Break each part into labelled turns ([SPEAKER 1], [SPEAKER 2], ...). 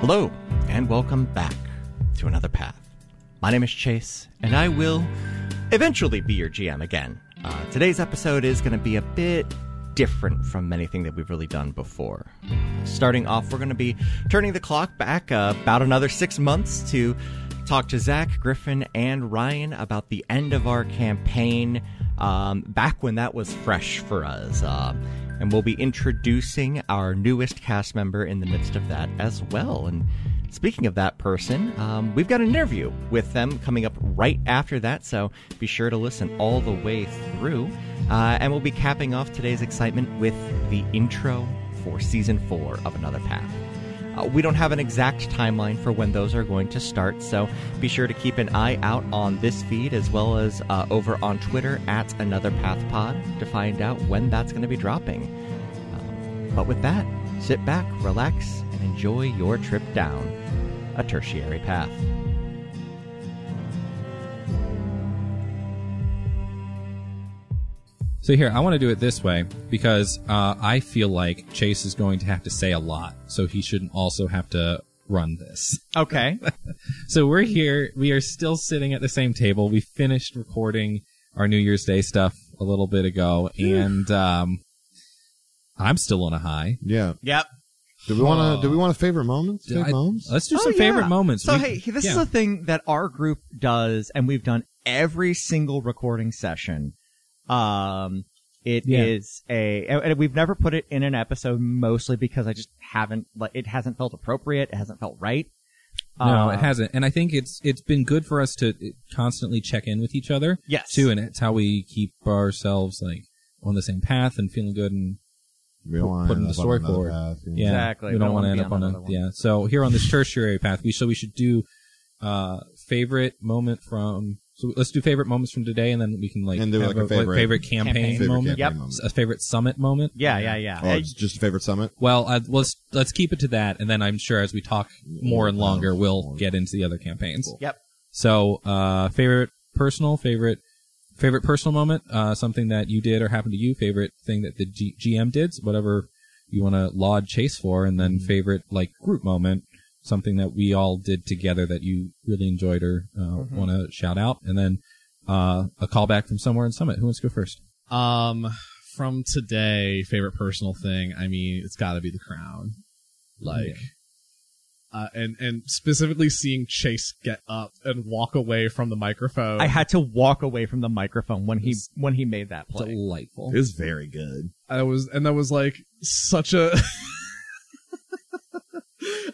[SPEAKER 1] Hello, and welcome back to Another Path. My name is Chase, and I will eventually be your GM again. Uh, today's episode is going to be a bit different from anything that we've really done before. Starting off, we're going to be turning the clock back uh, about another six months to talk to Zach, Griffin, and Ryan about the end of our campaign um, back when that was fresh for us. Uh, and we'll be introducing our newest cast member in the midst of that as well. And speaking of that person, um, we've got an interview with them coming up right after that, so be sure to listen all the way through. Uh, and we'll be capping off today's excitement with the intro for season four of Another Path. Uh, we don't have an exact timeline for when those are going to start, so be sure to keep an eye out on this feed as well as uh, over on Twitter at Another Path Pod to find out when that's going to be dropping. Um, but with that, sit back, relax, and enjoy your trip down a tertiary path.
[SPEAKER 2] So here, I want to do it this way because uh, I feel like Chase is going to have to say a lot, so he shouldn't also have to run this.
[SPEAKER 1] Okay.
[SPEAKER 2] So we're here. We are still sitting at the same table. We finished recording our New Year's Day stuff a little bit ago, and um, I'm still on a high.
[SPEAKER 3] Yeah.
[SPEAKER 1] yep.
[SPEAKER 3] Do we want to? Do we want to favorite moments? Favorite
[SPEAKER 2] I-
[SPEAKER 3] moments?
[SPEAKER 2] Let's do some favorite moments.
[SPEAKER 1] Oh, So
[SPEAKER 2] We-
[SPEAKER 1] hey, this is
[SPEAKER 2] yeah.
[SPEAKER 1] a thing that our group does, and we've done every single recording session. Um, it is
[SPEAKER 2] Yeah.
[SPEAKER 1] a, and and we've never put it in an episode mostly because I just haven't, like, it hasn't felt appropriate. It hasn't felt right.
[SPEAKER 2] no,
[SPEAKER 1] Uh,
[SPEAKER 2] it hasn't, and I think it's it's been good for us to constantly check in with each other.
[SPEAKER 1] Yes.
[SPEAKER 2] too, and it's how we keep ourselves like on the same path and feeling good and
[SPEAKER 3] We don't wanna
[SPEAKER 2] put in
[SPEAKER 3] end
[SPEAKER 2] the
[SPEAKER 3] up on
[SPEAKER 2] story
[SPEAKER 3] another
[SPEAKER 2] forward.
[SPEAKER 3] path,
[SPEAKER 2] Yeah,
[SPEAKER 1] Exactly.
[SPEAKER 2] We don't, want to end
[SPEAKER 1] be
[SPEAKER 2] up
[SPEAKER 1] on
[SPEAKER 2] on a
[SPEAKER 1] another one.
[SPEAKER 2] yeah. So here on this tertiary path, we so we should do uh favorite moment from. So let's do favorite moments from today, and then we can like
[SPEAKER 3] And do,
[SPEAKER 2] have
[SPEAKER 3] like,
[SPEAKER 2] a,
[SPEAKER 3] a favorite-
[SPEAKER 2] favorite campaign,
[SPEAKER 1] Campaign.
[SPEAKER 3] Favorite
[SPEAKER 2] moment,
[SPEAKER 3] campaign
[SPEAKER 1] Yep.
[SPEAKER 3] moment.
[SPEAKER 2] a favorite summit moment.
[SPEAKER 1] Yeah, yeah, yeah.
[SPEAKER 3] Or
[SPEAKER 1] Uh,
[SPEAKER 3] Oh, it's just favorite summit.
[SPEAKER 2] Well, I, let's let's keep it to that, and then I'm sure as we talk more and longer, we'll
[SPEAKER 3] More.
[SPEAKER 2] get into the other campaigns.
[SPEAKER 1] Yep.
[SPEAKER 2] So uh favorite personal favorite. Favorite personal moment, uh, something that you did or happened to you. Favorite thing that the G- GM did, whatever you want to laud Chase for, and then favorite like group moment, something that we all did together that you really enjoyed or uh,
[SPEAKER 1] Mhm.
[SPEAKER 2] want to shout out, and then uh, a callback from somewhere in Summit. Who wants to go first?
[SPEAKER 4] Um, from today, favorite personal thing. I mean, it's got to be the crown. Like, uh, and and specifically seeing Chase get up and walk away from the microphone.
[SPEAKER 1] I had to walk away from the microphone when he
[SPEAKER 2] It's-
[SPEAKER 1] when he made that play.
[SPEAKER 2] Delightful.
[SPEAKER 3] is very good.
[SPEAKER 4] I was, and that was like such a.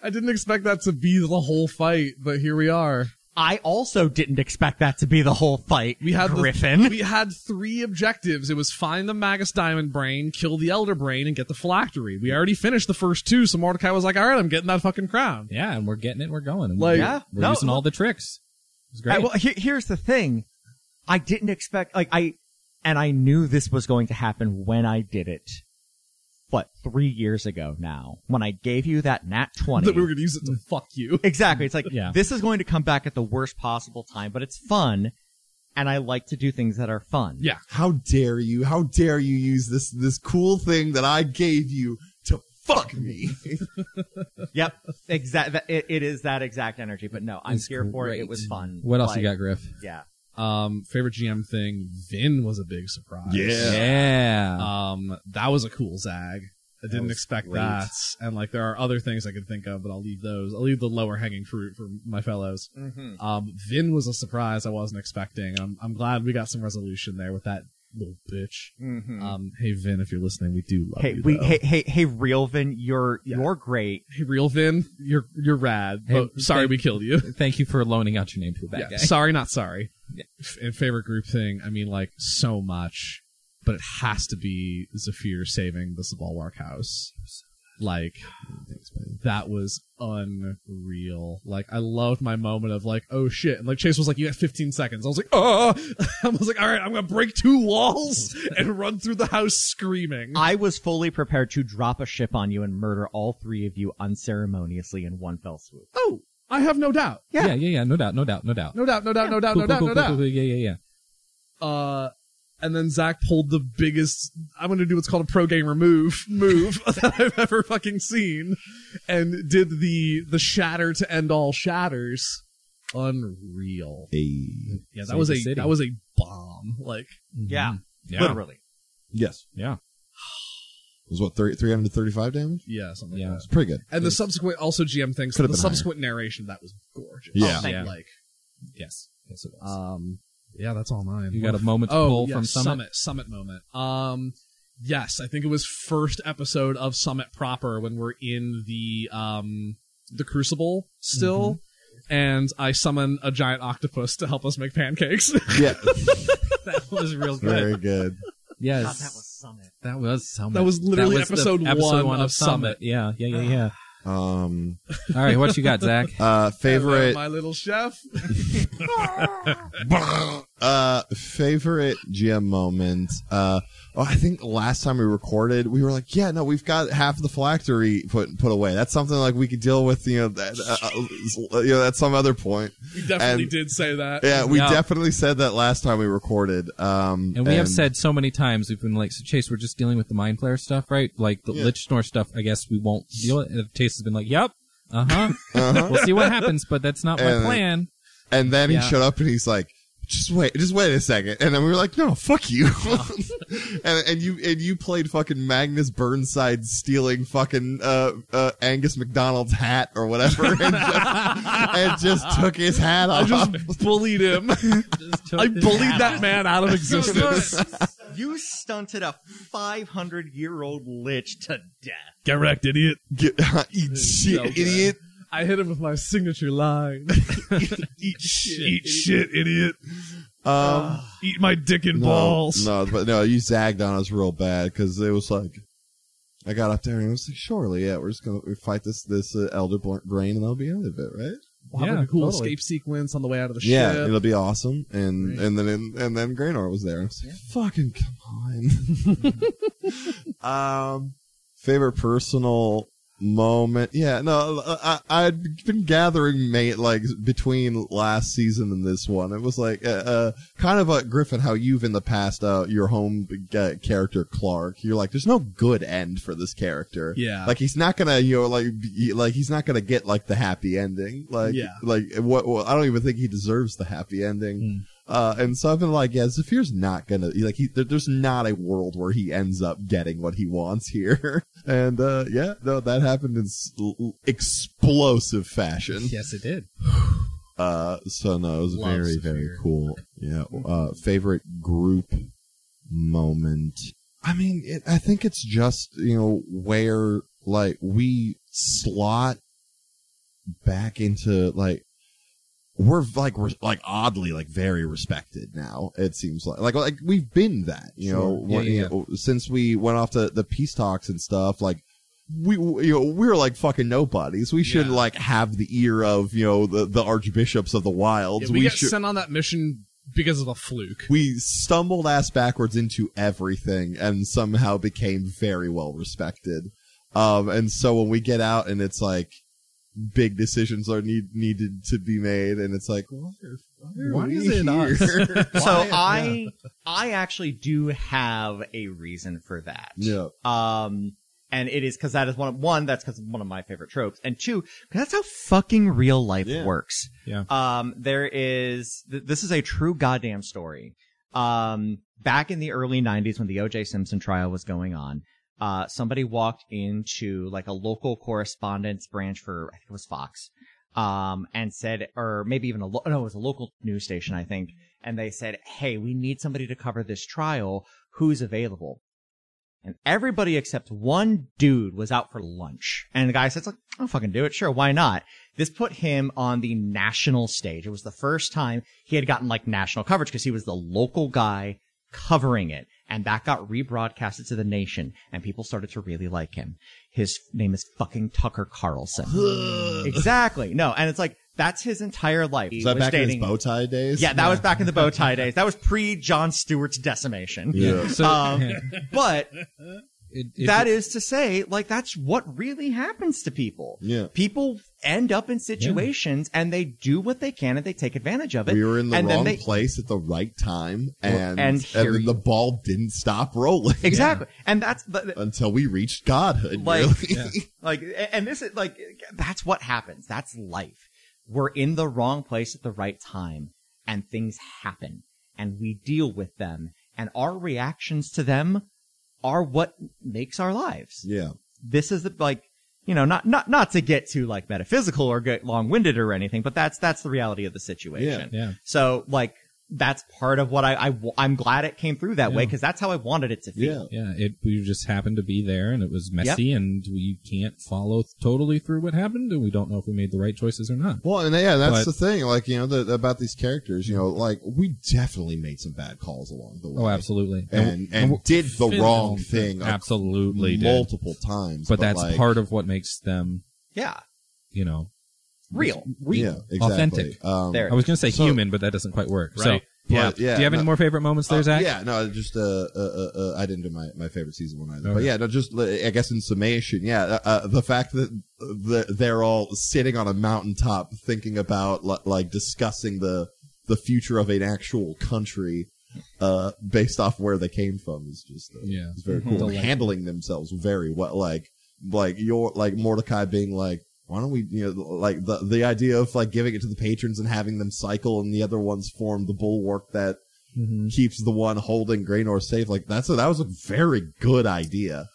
[SPEAKER 4] I didn't expect that to be the whole fight, but here we are.
[SPEAKER 1] I also didn't expect that to be the whole fight.
[SPEAKER 4] We had the-
[SPEAKER 1] Griffin.
[SPEAKER 4] We had three objectives. It was find the Magus Diamond Brain, kill the Elder Brain, and get the Phylactery. We already finished the first two, so Mordecai was like, "All right, I'm getting that fucking crown."
[SPEAKER 2] Yeah, and we're getting it. We're going. And
[SPEAKER 4] Like-
[SPEAKER 2] we're,
[SPEAKER 1] Yeah.
[SPEAKER 2] we're
[SPEAKER 1] No,
[SPEAKER 2] using all
[SPEAKER 1] look-
[SPEAKER 2] the tricks. It's great.
[SPEAKER 1] I- well, here, here's the thing. I didn't expect, like, I, and I knew this was going to happen when I did it, what, three years ago now, when I gave you that nat 20.
[SPEAKER 4] That we were going to use it to fuck you.
[SPEAKER 1] exactly. It's like,
[SPEAKER 2] Yeah.
[SPEAKER 1] this is going to come back at the worst possible time, but it's fun, and I like to do things that are fun.
[SPEAKER 4] Yeah.
[SPEAKER 3] How dare you? How dare you use this this cool thing that I gave you to fuck me?
[SPEAKER 1] Yep. Exactly. It, it is that exact energy, but no, I'm
[SPEAKER 2] It's
[SPEAKER 1] here for it. It
[SPEAKER 2] great.
[SPEAKER 1] was fun.
[SPEAKER 2] what else
[SPEAKER 1] Like,
[SPEAKER 2] you got, Griff?
[SPEAKER 1] Yeah.
[SPEAKER 4] Um, favorite GM thing, Vin was a big surprise.
[SPEAKER 3] Yeah.
[SPEAKER 2] Yeah.
[SPEAKER 4] Um, that was a cool zag. I didn't
[SPEAKER 3] was
[SPEAKER 4] expect
[SPEAKER 3] great.
[SPEAKER 4] that. And like, there are other things I can think of, but I'll leave those. I'll leave the lower hanging fruit for my fellows.
[SPEAKER 1] Mm-hmm.
[SPEAKER 4] Um, Vin was a surprise I wasn't expecting. I'm, I'm glad we got some resolution there with that little bitch.
[SPEAKER 3] Mm.
[SPEAKER 1] Mm-hmm.
[SPEAKER 2] Uh,
[SPEAKER 4] Um, hey Vin, if you're listening, we do love
[SPEAKER 1] hey,
[SPEAKER 4] you.
[SPEAKER 1] we,
[SPEAKER 4] though.
[SPEAKER 1] hey, hey, hey, Realvin, you're,
[SPEAKER 4] Yeah.
[SPEAKER 1] you're great.
[SPEAKER 4] Hey, real Vin, you're you're rad.
[SPEAKER 2] Hey,
[SPEAKER 4] but sorry,
[SPEAKER 2] thank-
[SPEAKER 4] we killed you.
[SPEAKER 2] Thank you for loaning out your name to a bad
[SPEAKER 4] Yeah,
[SPEAKER 2] guy.
[SPEAKER 4] Sorry, not sorry.
[SPEAKER 2] Yeah.
[SPEAKER 4] F- And favorite group thing, I mean, like so much, but it has to be Zafir saving the Svalwark house. Like
[SPEAKER 3] Thanks, man.
[SPEAKER 4] that was unreal. Like I loved my moment of like, oh shit, and like Chase was like, you got 15 seconds. I was like, oh, I was like, all right, I'm gonna break two walls and run through the house screaming.
[SPEAKER 1] I was fully prepared to drop a ship on you and murder all three of you unceremoniously in one fell swoop.
[SPEAKER 4] oh, I have no doubt,
[SPEAKER 1] Yeah.
[SPEAKER 2] yeah, yeah, yeah. No doubt, no doubt, no doubt.
[SPEAKER 4] no doubt, no doubt, no doubt,
[SPEAKER 2] Cool, cool,
[SPEAKER 4] no doubt,
[SPEAKER 2] cool, cool,
[SPEAKER 4] no doubt.
[SPEAKER 2] cool, Yeah, yeah, yeah.
[SPEAKER 4] Uh, and then Zach pulled the biggest. I'm going to do what's called a pro gamer move move that I've ever fucking seen, and did the the shatter to end all shatters. Unreal.
[SPEAKER 3] A-
[SPEAKER 4] Yeah, that
[SPEAKER 2] Save
[SPEAKER 4] was
[SPEAKER 2] the
[SPEAKER 4] a
[SPEAKER 2] city.
[SPEAKER 4] that was a bomb. Like
[SPEAKER 1] Yeah.
[SPEAKER 2] Mm-hmm. Yeah.
[SPEAKER 1] Literally.
[SPEAKER 3] yes,
[SPEAKER 2] Yeah.
[SPEAKER 3] it was what three three hundred thirty five damage.
[SPEAKER 4] yeah, something
[SPEAKER 2] Yeah.
[SPEAKER 4] like
[SPEAKER 3] It's pretty good.
[SPEAKER 4] that. And the subsequent also GM things.
[SPEAKER 3] Could've
[SPEAKER 4] The
[SPEAKER 3] been higher.
[SPEAKER 4] subsequent narration of that was gorgeous.
[SPEAKER 3] Yeah.
[SPEAKER 1] Oh, thank you.
[SPEAKER 4] like
[SPEAKER 2] Yes. Yes, it was.
[SPEAKER 4] um, yeah, that's all mine.
[SPEAKER 2] you got a moment to pull
[SPEAKER 4] Oh, yeah,
[SPEAKER 2] from Summit?
[SPEAKER 4] Summit moment. Um, yes, I think it was first episode of Summit proper when we're in the um the Crucible still, and I summon a giant octopus to help us make pancakes.
[SPEAKER 3] Yeah,
[SPEAKER 2] That was real good.
[SPEAKER 3] very good.
[SPEAKER 2] yes.
[SPEAKER 1] God, that was something.
[SPEAKER 2] that was Summit.
[SPEAKER 4] That was literally
[SPEAKER 2] That was the
[SPEAKER 4] episode one of Summit.
[SPEAKER 2] Yeah, yeah, yeah, yeah.
[SPEAKER 3] Um,
[SPEAKER 2] All right, what you got, Zach?
[SPEAKER 3] uh,
[SPEAKER 4] Hello,
[SPEAKER 3] favorite
[SPEAKER 4] my little chef.
[SPEAKER 3] uh favorite GM moment. Uh oh, I think last time we recorded, we were like, yeah, no, we've got half the phylactery put put away. That's something like we could deal with, you know, that, uh, uh, you know, at some other point.
[SPEAKER 4] We definitely
[SPEAKER 3] And-
[SPEAKER 4] did say that.
[SPEAKER 3] Yeah, we
[SPEAKER 2] Yeah.
[SPEAKER 3] definitely said that last time we recorded. Um
[SPEAKER 2] And we have said so many times we've been like so Chase, we're just dealing with the mind player stuff, right? Like the
[SPEAKER 3] Yeah.
[SPEAKER 2] Lich Snore stuff. I guess we won't deal. with it. And Chase has been like, "Yep, uh huh.
[SPEAKER 3] uh-huh.
[SPEAKER 2] we'll see what happens, but that's not my
[SPEAKER 3] And-
[SPEAKER 2] plan."
[SPEAKER 3] and then
[SPEAKER 2] Yeah.
[SPEAKER 3] he showed up and he's like just wait just wait a second and then we were like no fuck you and, and you and you played fucking magnus burnside stealing fucking uh, uh angus mcdonald's hat or whatever and just, and just took his hat
[SPEAKER 4] I
[SPEAKER 3] off
[SPEAKER 4] just bullied him. I bullied that man out of existence.
[SPEAKER 1] You stunted a 500 year old lich to death.
[SPEAKER 4] Get wrecked, idiot.
[SPEAKER 3] Get- eat shit
[SPEAKER 4] good.
[SPEAKER 3] idiot
[SPEAKER 4] I hit him with my signature line. Eat shit, eat shit, idiot.
[SPEAKER 3] um
[SPEAKER 4] Eat my dick and
[SPEAKER 3] no,
[SPEAKER 4] balls.
[SPEAKER 3] no but no you zagged on us real bad because it was like I got up there and it was like, surely, yeah, we're just gonna fight this this uh, elder bl- brain and that'll be out of it, right?
[SPEAKER 4] We'll have
[SPEAKER 2] Yeah,
[SPEAKER 4] like a cool
[SPEAKER 2] totally.
[SPEAKER 4] escape sequence on the way out of the
[SPEAKER 3] Yeah,
[SPEAKER 4] ship.
[SPEAKER 3] it'll be awesome. And
[SPEAKER 4] Right.
[SPEAKER 3] and then and then Graynor was there. I was like, Fucking come on. um, favorite personal moment? Yeah, no, I, I- I'd been gathering mate like between last season and this one. It was like uh, uh kind of like Griffin, how you've in the past uh your home uh, character Clark. You're like, there's no good end for this character.
[SPEAKER 4] Yeah.
[SPEAKER 3] like he's not gonna you know like be, like he's not gonna get like the happy ending. Like
[SPEAKER 4] Yeah.
[SPEAKER 3] like what, what I don't even think he deserves the happy ending.
[SPEAKER 4] Hmm.
[SPEAKER 3] Uh, and so I've been like, yeah, Zephyr's not gonna like he. There, there's not a world where he ends up getting what he wants here. and uh, yeah, no, that happened in s- l- l- explosive fashion.
[SPEAKER 2] Yes, it did.
[SPEAKER 3] Uh, so no, it was
[SPEAKER 4] Love
[SPEAKER 3] very
[SPEAKER 4] Zephyr.
[SPEAKER 3] very cool. Yeah. Uh, favorite group moment. I mean, it, I think it's just you know where like we slot back into like we're like we're like oddly like very respected now. It seems like like like we've been that you know,
[SPEAKER 2] Sure. Yeah,
[SPEAKER 3] when-
[SPEAKER 2] yeah,
[SPEAKER 3] you know, since we went off to the peace talks and stuff like we you know we're like fucking nobodies. We should
[SPEAKER 4] Yeah.
[SPEAKER 3] like have the ear of you know the the archbishops of the wilds.
[SPEAKER 4] Yeah, we, got
[SPEAKER 3] should
[SPEAKER 4] sent on that mission because of a fluke.
[SPEAKER 3] we stumbled ass backwards into everything and somehow became very well respected. Um, and so when we get out and it's like big decisions are need needed to be made, and it's like why are, why are
[SPEAKER 2] Why
[SPEAKER 3] we
[SPEAKER 2] is it us?
[SPEAKER 3] here?
[SPEAKER 1] So uh, I, I actually do have a reason for that.
[SPEAKER 3] yeah.
[SPEAKER 1] Um, and it is because that is one of one that's because one of my favorite tropes, and two, 'cause that's how fucking real life
[SPEAKER 3] Yeah.
[SPEAKER 1] works.
[SPEAKER 2] Yeah.
[SPEAKER 1] Um, there is th- this is a true goddamn story. Um, back in the early '90s when the O.J. Simpson trial was going on, uh, somebody walked into like a local correspondence branch for I think it was Fox, um, and said, or maybe even a lo- no, it was a local news station I think, and they said, "Hey, we need somebody to cover this trial. Who's available?" And everybody except one dude was out for lunch. And the guy says, like, I'll fucking do it. Sure. Why not? This put him on the national stage. It was the first time he had gotten like national coverage because he was the local guy covering it. And that got rebroadcasted to the nation and people started to really like him. His name is fucking Tucker Carlson. exactly. No. And it's like, that's his entire life.
[SPEAKER 3] Was that back in his bow tie days?
[SPEAKER 1] Yeah, that was back in the bow tie days. That was pre John Stewart's decimation.
[SPEAKER 3] Yeah.
[SPEAKER 2] So
[SPEAKER 1] Um, but
[SPEAKER 2] It, it,
[SPEAKER 1] that is to say, like that's what really happens to people.
[SPEAKER 3] Yeah.
[SPEAKER 1] People end up in situations and they do what they can and they take advantage of it.
[SPEAKER 3] we were in the
[SPEAKER 1] and then
[SPEAKER 3] wrong
[SPEAKER 1] they-
[SPEAKER 3] place at the right time,
[SPEAKER 1] and
[SPEAKER 3] and and,
[SPEAKER 1] here
[SPEAKER 3] then
[SPEAKER 1] you-
[SPEAKER 3] the ball didn't stop rolling
[SPEAKER 1] Exactly. And that's the,
[SPEAKER 3] until we reached godhood.
[SPEAKER 1] Like-
[SPEAKER 3] really.
[SPEAKER 2] Yeah.
[SPEAKER 1] like and this is like that's what happens. That's life. We're in the wrong place at the right time and things happen and we deal with them and our reactions to them are what makes our lives.
[SPEAKER 3] yeah.
[SPEAKER 1] this is the, like you know not not not to get too like metaphysical or get long winded or anything, but that's that's the reality of the situation.
[SPEAKER 2] Yeah.
[SPEAKER 1] So like that's part of what I, I w- I'm glad it came through that way 'cause way
[SPEAKER 2] Yeah.
[SPEAKER 1] because that's how I wanted it to
[SPEAKER 3] Yeah.
[SPEAKER 1] feel.
[SPEAKER 2] Yeah, it we just happened to be there and it was messy and we can't follow totally through what happened and we don't know if we made the right choices or not.
[SPEAKER 3] Well, and yeah, that's
[SPEAKER 2] But-
[SPEAKER 3] the thing. Like you know, the, about these characters, you know, like we definitely made some bad calls along the way.
[SPEAKER 2] Oh, absolutely.
[SPEAKER 3] And and, did the
[SPEAKER 2] Finn-
[SPEAKER 3] wrong thing a-
[SPEAKER 2] Absolutely. Did.
[SPEAKER 3] multiple times.
[SPEAKER 2] But that's
[SPEAKER 3] like,
[SPEAKER 2] part of what makes them,
[SPEAKER 1] Yeah,
[SPEAKER 2] you know,
[SPEAKER 1] real.
[SPEAKER 3] yeah, exactly.
[SPEAKER 2] authentic.
[SPEAKER 3] Um,
[SPEAKER 1] There.
[SPEAKER 2] I was going to say
[SPEAKER 3] So-
[SPEAKER 2] human, but that doesn't quite work.
[SPEAKER 4] Right.
[SPEAKER 2] So,
[SPEAKER 3] Yeah.
[SPEAKER 2] but-
[SPEAKER 3] Yeah,
[SPEAKER 2] do you have any
[SPEAKER 3] no-
[SPEAKER 2] more favorite moments there,
[SPEAKER 3] Uh,
[SPEAKER 2] Zach?
[SPEAKER 3] Yeah, no, just uh, uh, uh, uh, I didn't do my, my favorite season one either. But
[SPEAKER 2] Okay.
[SPEAKER 3] yeah, no, just uh, I guess in summation, yeah, uh, uh, the fact that uh, the, they're all sitting on a mountaintop thinking about li- like discussing the the future of an actual country uh, based off where they came from is just uh,
[SPEAKER 2] Yeah.
[SPEAKER 3] it's very
[SPEAKER 1] Mhm.
[SPEAKER 3] cool.
[SPEAKER 2] Delightful.
[SPEAKER 3] Handling themselves very well, like like your like Mordecai being like. Why don't we, you know, like the the idea of like giving it to the patrons and having them cycle, and the other ones form the bulwark that
[SPEAKER 2] Mhm.
[SPEAKER 3] keeps the one holding Graynor safe. Like that's a, that was a very good idea.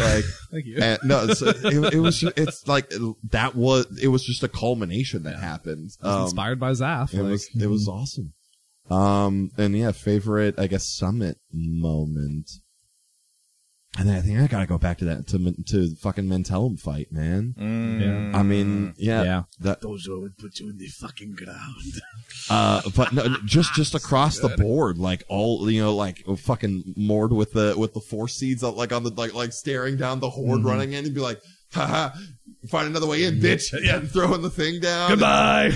[SPEAKER 3] Like
[SPEAKER 4] Thank you.
[SPEAKER 3] and, no, it's, it, it was. It's like that was. It was just a culmination that happened.
[SPEAKER 4] I was
[SPEAKER 3] Um,
[SPEAKER 4] inspired by Zaf.
[SPEAKER 3] it
[SPEAKER 4] like,
[SPEAKER 3] was. It was awesome. Um and yeah, favorite I guess summit moment. And then I think I gotta go back to that to men- to fucking Mentellum fight, man.
[SPEAKER 1] Mm.
[SPEAKER 3] I mean, yeah,
[SPEAKER 2] Yeah.
[SPEAKER 3] that
[SPEAKER 4] Dojo would put you in the fucking ground.
[SPEAKER 3] Uh, but no, no, just just across the board, like all you know, like fucking Mord with the with the four seeds, uh, like on the like like staring down the horde
[SPEAKER 4] Mm-hmm.
[SPEAKER 2] Mhm.
[SPEAKER 3] running in, and be like, haha, find another way in, bitch, yeah, throwing the thing down.
[SPEAKER 4] Goodbye.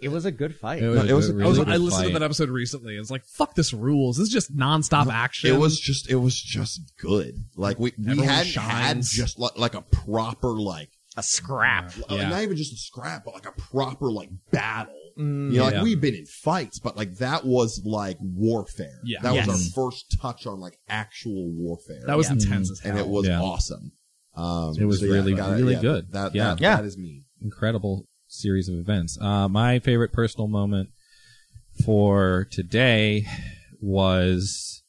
[SPEAKER 1] it was a good fight.
[SPEAKER 3] No, it was-
[SPEAKER 2] a
[SPEAKER 3] I
[SPEAKER 4] I, was,
[SPEAKER 2] really
[SPEAKER 4] I
[SPEAKER 2] good
[SPEAKER 4] listened
[SPEAKER 2] fight.
[SPEAKER 4] to that episode recently. It's like fuck this rules. This is just nonstop action.
[SPEAKER 3] It was just it was just good. Like we we
[SPEAKER 4] Everyone
[SPEAKER 3] had had
[SPEAKER 4] shines.
[SPEAKER 3] just like, like a proper like
[SPEAKER 1] a scrap.
[SPEAKER 3] uh,
[SPEAKER 2] Yeah.
[SPEAKER 3] not even just a scrap, but like a proper like battle.
[SPEAKER 1] Mm.
[SPEAKER 3] You know, like
[SPEAKER 2] Yeah.
[SPEAKER 3] we've been in fights, but like that was like warfare.
[SPEAKER 4] Yeah.
[SPEAKER 3] that
[SPEAKER 1] Yes.
[SPEAKER 3] was our first touch on like actual warfare.
[SPEAKER 4] That was
[SPEAKER 1] Yeah.
[SPEAKER 2] Mm-hmm.
[SPEAKER 4] intense as hell.
[SPEAKER 3] and it was
[SPEAKER 2] Yeah.
[SPEAKER 3] awesome. Um,
[SPEAKER 2] It was
[SPEAKER 3] so yeah,
[SPEAKER 2] really-
[SPEAKER 3] I gotta-
[SPEAKER 2] really
[SPEAKER 3] yeah,
[SPEAKER 2] good.
[SPEAKER 3] That,
[SPEAKER 2] Yeah.
[SPEAKER 3] that,
[SPEAKER 1] Yeah.
[SPEAKER 3] that is me.
[SPEAKER 2] incredible series of events. Uh, my favorite personal moment for today was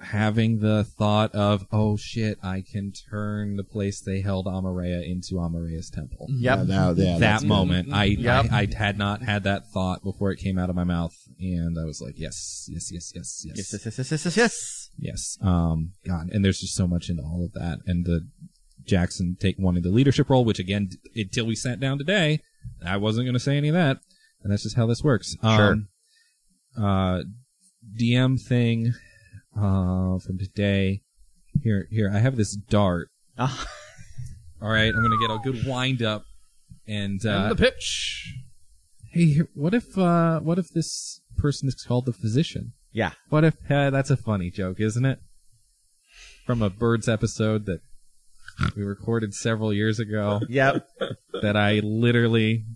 [SPEAKER 2] having the thought of, oh shit, I can turn the place they held Amareya into Amareya's temple.
[SPEAKER 4] Mm.
[SPEAKER 1] Yep.
[SPEAKER 3] Yeah, that, yeah, that's
[SPEAKER 2] that
[SPEAKER 3] good.
[SPEAKER 2] moment, I,
[SPEAKER 1] Yep.
[SPEAKER 2] I I had not had that thought before it came out of my mouth, and I was like, yes, yes, yes, yes, yes,
[SPEAKER 1] Yes, yes, yes, yes, yes, yes, yes.
[SPEAKER 2] Yes. Um, God, and there's just so much in all of that, and the Jackson take wanting the leadership role, which again, d- until we sat down today, I wasn't going to say any of that, and that's just how this works. Um, Uh, DM thing, uh, from today. Here, here, I have this dart.
[SPEAKER 1] Ah.
[SPEAKER 2] All right, I'm going to get a good wind up, and
[SPEAKER 4] And
[SPEAKER 2] uh,
[SPEAKER 4] the pitch.
[SPEAKER 2] hey, here- what if, uh, what if this person is called the physician?
[SPEAKER 1] Yeah.
[SPEAKER 2] What if uh, that's a funny joke, isn't it? From a birds episode that we recorded several years ago
[SPEAKER 1] Yep.
[SPEAKER 2] that I literally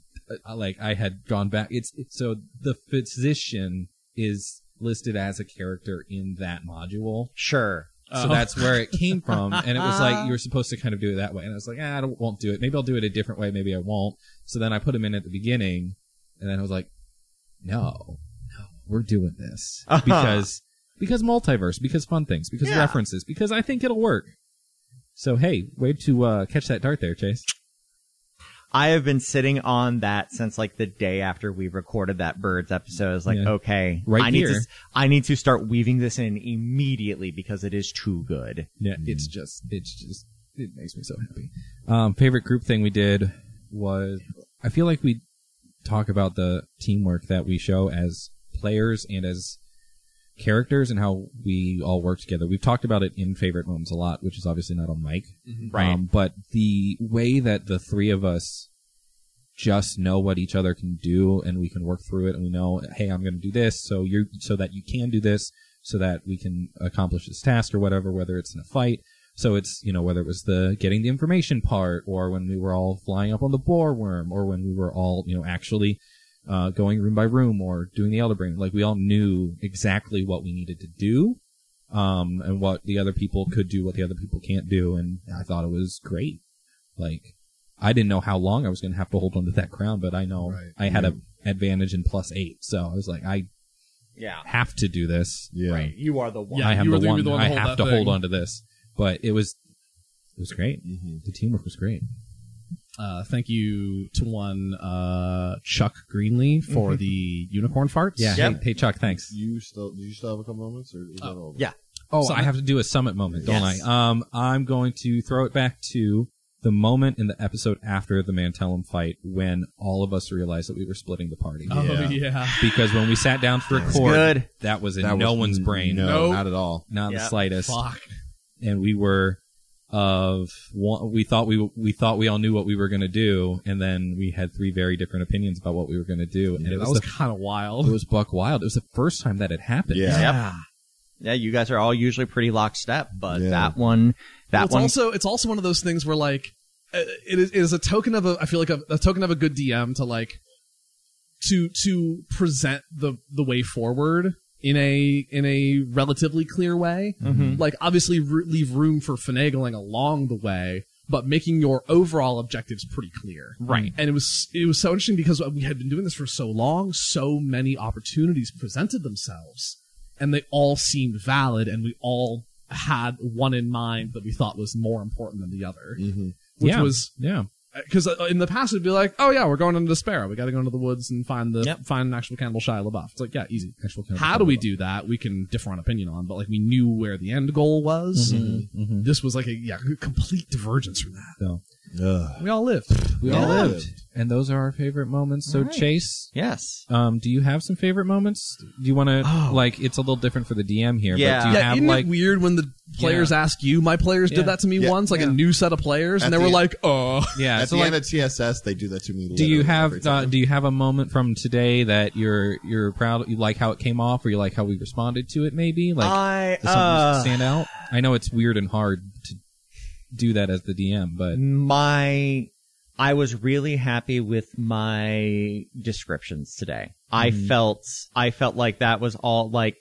[SPEAKER 2] uh, like I had gone back it's, it's so the physician is listed as a character in that module.
[SPEAKER 1] Sure.
[SPEAKER 4] Uh,
[SPEAKER 2] So that's where it came from and it was like you were supposed to kind of do it that way and I was like, ah, I don't, won't do it. Maybe I'll do it a different way, maybe I won't. So then I put him in at the beginning and then I was like, no, no, we're doing this
[SPEAKER 1] Uh-huh.
[SPEAKER 2] because because multiverse, because fun things, because
[SPEAKER 1] Yeah.
[SPEAKER 2] references, because I think it'll work. So hey, way to uh, catch that dart there, Chase.
[SPEAKER 1] I have been sitting on that since like the day after we recorded that birds episode. I was like,
[SPEAKER 2] Yeah.
[SPEAKER 1] okay,
[SPEAKER 2] Right
[SPEAKER 1] I need
[SPEAKER 2] here.
[SPEAKER 1] to, I need to start weaving this in immediately because it is too good.
[SPEAKER 2] Yeah, it's just it's just it makes me so happy. Um, favorite group thing we did was I feel like we talk about the teamwork that we show as players and as characters and how we all work together. We've talked about it in favorite moments a lot, which is obviously not on mic.
[SPEAKER 4] mm-hmm.
[SPEAKER 2] Um, but the way that the three of us just know what each other can do and we can work through it and we know, hey, I'm going to do this so you're, so that you can do this. so that we can accomplish this task or whatever, whether it's in a fight. So it's, you know, whether it was the getting the information part or when we were all flying up on the boar worm or when we were all, you know, actually uh, going room by room or doing the elderbrain. Like we all knew exactly what we needed to do um, and what the other people could do, what the other people can't do. And I thought it was great. Like I didn't know how long I was going to have to hold on to that crown, but I know
[SPEAKER 4] Right.
[SPEAKER 2] I had an advantage in plus eight. So I was like, I
[SPEAKER 1] Yeah.
[SPEAKER 2] have to do this.
[SPEAKER 3] Yeah.
[SPEAKER 1] Right. You are the one.
[SPEAKER 4] Yeah,
[SPEAKER 2] I have
[SPEAKER 4] you
[SPEAKER 2] the
[SPEAKER 4] were the- you
[SPEAKER 2] one.
[SPEAKER 4] were the one
[SPEAKER 2] I
[SPEAKER 4] to hold
[SPEAKER 2] have
[SPEAKER 4] that
[SPEAKER 2] to hold
[SPEAKER 4] thing.
[SPEAKER 2] on to this. But it was, it was great.
[SPEAKER 3] Mm-hmm.
[SPEAKER 2] The teamwork was great.
[SPEAKER 4] Uh, thank you to one uh, Chuck Greenlee for the unicorn farts.
[SPEAKER 2] Mm-hmm. Yeah.
[SPEAKER 1] Yeah.
[SPEAKER 2] Hey, hey, Chuck. Thanks.
[SPEAKER 3] You still? Did you still have a couple moments, or was
[SPEAKER 4] Oh,
[SPEAKER 3] that over?
[SPEAKER 1] yeah.
[SPEAKER 2] Oh,
[SPEAKER 4] Summit?
[SPEAKER 2] I have to do a summit moment, don't
[SPEAKER 1] Yes.
[SPEAKER 2] I? Um, I'm going to throw it back to the moment in the episode after the Mantellum fight when all of us realized that we were splitting the party.
[SPEAKER 4] Oh yeah.
[SPEAKER 3] Yeah.
[SPEAKER 2] Because when we sat down to
[SPEAKER 1] That's
[SPEAKER 2] record,
[SPEAKER 1] good.
[SPEAKER 2] that was in
[SPEAKER 3] That
[SPEAKER 2] no
[SPEAKER 3] was-
[SPEAKER 2] one's brain,
[SPEAKER 3] No,
[SPEAKER 4] Nope.
[SPEAKER 3] not at all.
[SPEAKER 2] not
[SPEAKER 1] Yeah.
[SPEAKER 2] the slightest.
[SPEAKER 4] Fuck.
[SPEAKER 2] And we were of one, we thought we we thought we all knew what we were going to do, and then we had three very different opinions about what we were going to do, and it
[SPEAKER 4] that
[SPEAKER 2] was,
[SPEAKER 4] was
[SPEAKER 2] the,
[SPEAKER 4] kind of
[SPEAKER 2] it
[SPEAKER 4] wild.
[SPEAKER 2] was buck wild. It was the first time that it happened.
[SPEAKER 3] Yeah.
[SPEAKER 1] Yep. Yeah, you guys are all usually pretty lockstep, but
[SPEAKER 3] Yeah.
[SPEAKER 1] that one,
[SPEAKER 4] Well,
[SPEAKER 1] that
[SPEAKER 4] it's
[SPEAKER 1] one,
[SPEAKER 4] also it's also one of those things where like uh, it is, it is a token of a I feel like a, a token of a good DM to like to to present the the way forward in a in a relatively clear way.
[SPEAKER 1] Mhm.
[SPEAKER 4] Like obviously r- leave room for finagling along the way, but making your overall objectives pretty clear.
[SPEAKER 2] Right.
[SPEAKER 4] And it was it was so interesting because we had been doing this for so long, so many opportunities presented themselves, and they all seemed valid, and we all had one in mind that we thought was more important than the other,
[SPEAKER 3] Mm-hmm.
[SPEAKER 4] which
[SPEAKER 2] Yeah.
[SPEAKER 4] was
[SPEAKER 2] Yeah.
[SPEAKER 4] because in the past it'd be like, oh yeah, we're going into Sparrow, we got to go into the woods and find the
[SPEAKER 1] Yep.
[SPEAKER 4] find an actual cannibal Shia LaBeouf. It's like yeah, easy.
[SPEAKER 2] Actual kind of
[SPEAKER 4] How do we do that? We can differ on opinion on, but like we knew where the end goal was.
[SPEAKER 1] Mm-hmm.
[SPEAKER 2] Mhm, mhm.
[SPEAKER 4] This was like a yeah complete divergence from that.
[SPEAKER 2] So
[SPEAKER 3] Ugh.
[SPEAKER 4] We all lived.
[SPEAKER 2] we
[SPEAKER 1] Yeah.
[SPEAKER 2] all lived, and those are our favorite moments. So
[SPEAKER 1] All right.
[SPEAKER 2] Chase,
[SPEAKER 1] yes.
[SPEAKER 2] um, do you have some favorite moments? Do you want to
[SPEAKER 1] Oh.
[SPEAKER 2] like? It's a little different for the DM here,
[SPEAKER 1] Yeah.
[SPEAKER 2] but do you
[SPEAKER 4] Yeah,
[SPEAKER 2] have
[SPEAKER 4] isn't
[SPEAKER 2] like?
[SPEAKER 4] it weird when the players ask you? My players
[SPEAKER 2] Yeah.
[SPEAKER 4] did that to me
[SPEAKER 3] Yeah.
[SPEAKER 4] once, like
[SPEAKER 1] Yeah.
[SPEAKER 4] a new set of players,
[SPEAKER 3] At
[SPEAKER 4] and they
[SPEAKER 3] the
[SPEAKER 4] were
[SPEAKER 3] end.
[SPEAKER 4] like, "Oh,
[SPEAKER 2] yeah.
[SPEAKER 3] At
[SPEAKER 2] so
[SPEAKER 3] the
[SPEAKER 2] like,
[SPEAKER 3] end of TSS, they do that to me.
[SPEAKER 2] do you
[SPEAKER 3] literally
[SPEAKER 2] have
[SPEAKER 3] every
[SPEAKER 2] uh,
[SPEAKER 3] time.
[SPEAKER 2] do you have a moment from today that you're you're proud? You like how it came off, or you like how we responded to it? Maybe like
[SPEAKER 1] I,
[SPEAKER 2] does something
[SPEAKER 1] uh,
[SPEAKER 2] stand out? I know it's weird and hard to do that as the DM, but
[SPEAKER 1] my I was really happy with my descriptions today. I
[SPEAKER 2] Mhm.
[SPEAKER 1] felt I felt like that was all like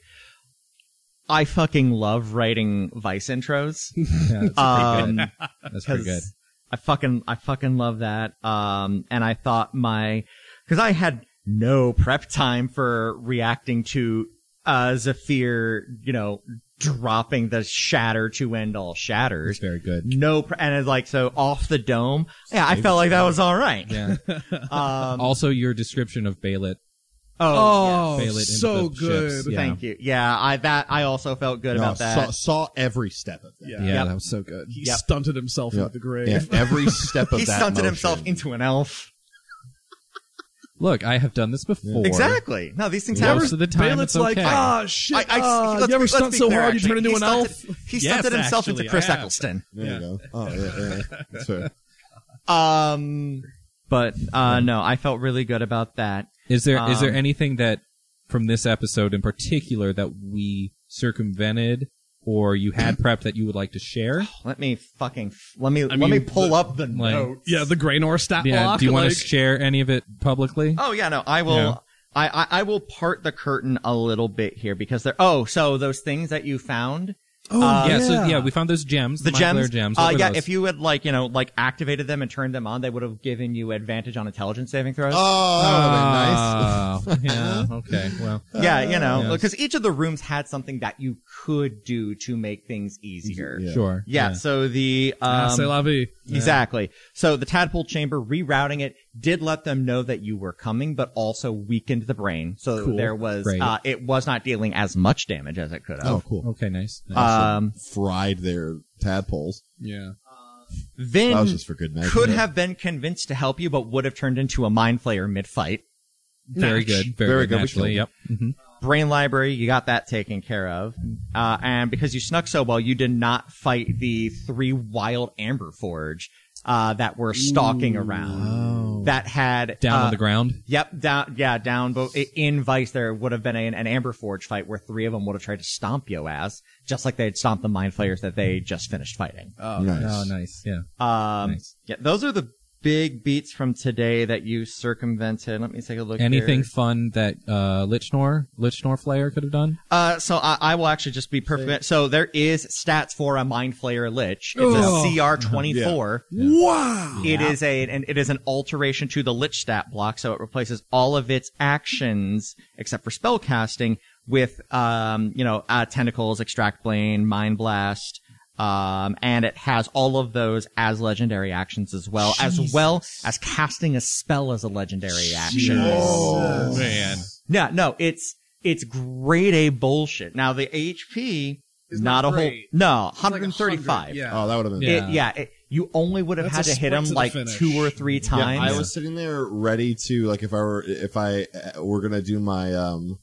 [SPEAKER 1] I fucking love writing vice intros.
[SPEAKER 2] yeah, that's,
[SPEAKER 1] Um
[SPEAKER 2] pretty, that's pretty good.
[SPEAKER 1] I fucking I fucking love that. Um, and I thought my because I had no prep time for reacting to uh Zephyr, you know, dropping the shatter to end all shatters.
[SPEAKER 2] It's very good.
[SPEAKER 1] No, pre- and it's like so off the dome. Yeah, I felt like that was all right.
[SPEAKER 2] Yeah.
[SPEAKER 1] Um,
[SPEAKER 2] also, your description of Baylet
[SPEAKER 1] oh,
[SPEAKER 4] oh,
[SPEAKER 1] yes.
[SPEAKER 2] Fail it into
[SPEAKER 4] so
[SPEAKER 2] the
[SPEAKER 4] good."
[SPEAKER 2] ships. yeah.
[SPEAKER 1] thank you. Yeah, I that I also felt good
[SPEAKER 3] No,
[SPEAKER 1] about that.
[SPEAKER 3] Saw, saw every step of that.
[SPEAKER 4] Yeah.
[SPEAKER 2] Yeah,
[SPEAKER 1] Yep.
[SPEAKER 2] that was so good.
[SPEAKER 4] He
[SPEAKER 1] Yep.
[SPEAKER 4] stunted himself
[SPEAKER 3] Yeah.
[SPEAKER 4] into the grave.
[SPEAKER 3] Yeah, every step of
[SPEAKER 1] he
[SPEAKER 3] that.
[SPEAKER 1] stunted
[SPEAKER 3] motion.
[SPEAKER 1] himself into an elf.
[SPEAKER 2] Look, I have done this before.
[SPEAKER 1] Exactly. No, these things
[SPEAKER 2] Most
[SPEAKER 1] happen.
[SPEAKER 2] of the time,
[SPEAKER 4] Baylet's
[SPEAKER 2] it's
[SPEAKER 4] like,
[SPEAKER 2] okay.
[SPEAKER 4] "Ah, shit!
[SPEAKER 1] I, I,
[SPEAKER 4] ah,
[SPEAKER 1] let's
[SPEAKER 4] you ever
[SPEAKER 1] be,
[SPEAKER 4] stunt
[SPEAKER 1] let's be
[SPEAKER 4] so
[SPEAKER 1] clear,
[SPEAKER 4] hard
[SPEAKER 1] actually.
[SPEAKER 4] you turn into
[SPEAKER 1] he
[SPEAKER 4] an elf?"
[SPEAKER 1] stunted- He
[SPEAKER 4] Yes,
[SPEAKER 1] stunted himself
[SPEAKER 4] actually,
[SPEAKER 1] into Chris
[SPEAKER 4] I have.
[SPEAKER 1] Eccleston.
[SPEAKER 3] There
[SPEAKER 4] Yeah.
[SPEAKER 3] you go. Oh, yeah, yeah, yeah. That's fair.
[SPEAKER 1] Um, but uh, no, I felt really good about that.
[SPEAKER 2] Is there is there
[SPEAKER 1] Um,
[SPEAKER 2] anything that from this episode in particular that we circumvented or you had prepped that you would like to share?
[SPEAKER 1] Let me fucking let me let
[SPEAKER 4] mean,
[SPEAKER 1] me pull
[SPEAKER 4] the-
[SPEAKER 1] up the
[SPEAKER 2] like-
[SPEAKER 1] notes.
[SPEAKER 4] Yeah, the Graynor stat
[SPEAKER 2] Yeah.
[SPEAKER 4] block.
[SPEAKER 2] do you want
[SPEAKER 4] like,
[SPEAKER 2] to share any of it publicly?
[SPEAKER 1] Oh yeah, no, I will.
[SPEAKER 2] Yeah.
[SPEAKER 1] I, I I will part the curtain a little bit here because they're oh so those things that you found
[SPEAKER 4] Oh,
[SPEAKER 1] Uh,
[SPEAKER 2] yeah, So yeah, we found those gems.
[SPEAKER 1] the
[SPEAKER 2] My Flare
[SPEAKER 1] gems,
[SPEAKER 2] gems. What
[SPEAKER 1] uh,
[SPEAKER 2] were
[SPEAKER 1] yeah
[SPEAKER 2] those?
[SPEAKER 1] if you had like you know like activated them and turned them on they would have given you advantage on intelligence saving throws
[SPEAKER 3] Oh, that
[SPEAKER 2] Oh, yeah. Okay. Well.
[SPEAKER 1] yeah you know
[SPEAKER 2] Yes.
[SPEAKER 1] because each of the rooms had something that you could do to make things easier
[SPEAKER 3] Yeah.
[SPEAKER 2] Sure.
[SPEAKER 1] Yeah, so the
[SPEAKER 4] ah,
[SPEAKER 1] um,
[SPEAKER 4] c'est la vie.
[SPEAKER 1] exactly. So the tadpole chamber rerouting it did let them know that you were coming, but also weakened the brain. So
[SPEAKER 4] Cool.
[SPEAKER 1] there was
[SPEAKER 2] Great.
[SPEAKER 1] uh, it was not dealing as much damage as it could
[SPEAKER 3] would have been nice. Oh,
[SPEAKER 1] have.
[SPEAKER 3] cool.
[SPEAKER 2] Okay. Nice. nice.
[SPEAKER 1] um,
[SPEAKER 3] Fried their tadpoles.
[SPEAKER 4] Yeah.
[SPEAKER 3] That
[SPEAKER 1] Vin
[SPEAKER 3] was just for good measure.
[SPEAKER 1] could have been convinced to help you, but would have turned into a mind flayer mid fight.
[SPEAKER 2] very good. Very,
[SPEAKER 3] Very
[SPEAKER 2] good.
[SPEAKER 3] good. We
[SPEAKER 2] Naturally. Yep.
[SPEAKER 3] killed
[SPEAKER 2] hmm
[SPEAKER 1] Brain library, you got that taken care of, uh, and because you snuck so well, you did not fight the three wild amber forge uh, that were stalking around. that had
[SPEAKER 2] down
[SPEAKER 1] uh,
[SPEAKER 2] on the ground.
[SPEAKER 1] Yep, down. Yeah, down. But i- in Vice, there would have been a, an Amberforge fight where three of them would have tried to stomp yo ass, just like they had stomped the Mind Flayers that they just finished fighting.
[SPEAKER 4] Oh,
[SPEAKER 3] Nice.
[SPEAKER 2] Oh, nice. Yeah.
[SPEAKER 1] Um,
[SPEAKER 2] Nice.
[SPEAKER 1] yeah, those are the big beats from today that you circumvented. Let me take a look.
[SPEAKER 2] Anything
[SPEAKER 1] here.
[SPEAKER 2] fun that uh, Lichnor, Lichnor Flayer could have done?
[SPEAKER 1] Uh, so I, I will actually just be perfect. So there is stats for a Mind Flayer Lich. It's
[SPEAKER 4] Oh.
[SPEAKER 1] a CR twenty four.
[SPEAKER 4] Wow.
[SPEAKER 1] It is a and it is an alteration to the Lich stat block, so it replaces all of its actions except for spell casting with um, you know, uh, tentacles, extract blade, mind blast, um, and it has all of those as legendary actions as well, as well as casting a spell as a legendary action.
[SPEAKER 4] man.
[SPEAKER 1] Yeah, no, it's it's grade A bullshit. Now the HP
[SPEAKER 4] It's
[SPEAKER 1] is
[SPEAKER 4] not
[SPEAKER 1] not, a whole
[SPEAKER 4] great.
[SPEAKER 1] no,
[SPEAKER 4] It's like
[SPEAKER 1] hundred and thirty five.
[SPEAKER 4] 100, Yeah.
[SPEAKER 3] Oh, that would have been.
[SPEAKER 2] Yeah.
[SPEAKER 1] It, yeah, it, you only would have
[SPEAKER 4] That's a
[SPEAKER 1] had to hit him
[SPEAKER 4] sprint to the
[SPEAKER 1] like
[SPEAKER 4] finish.
[SPEAKER 1] two or three times.
[SPEAKER 3] Yeah, I was sitting there ready to like if I were if I uh, were gonna do my um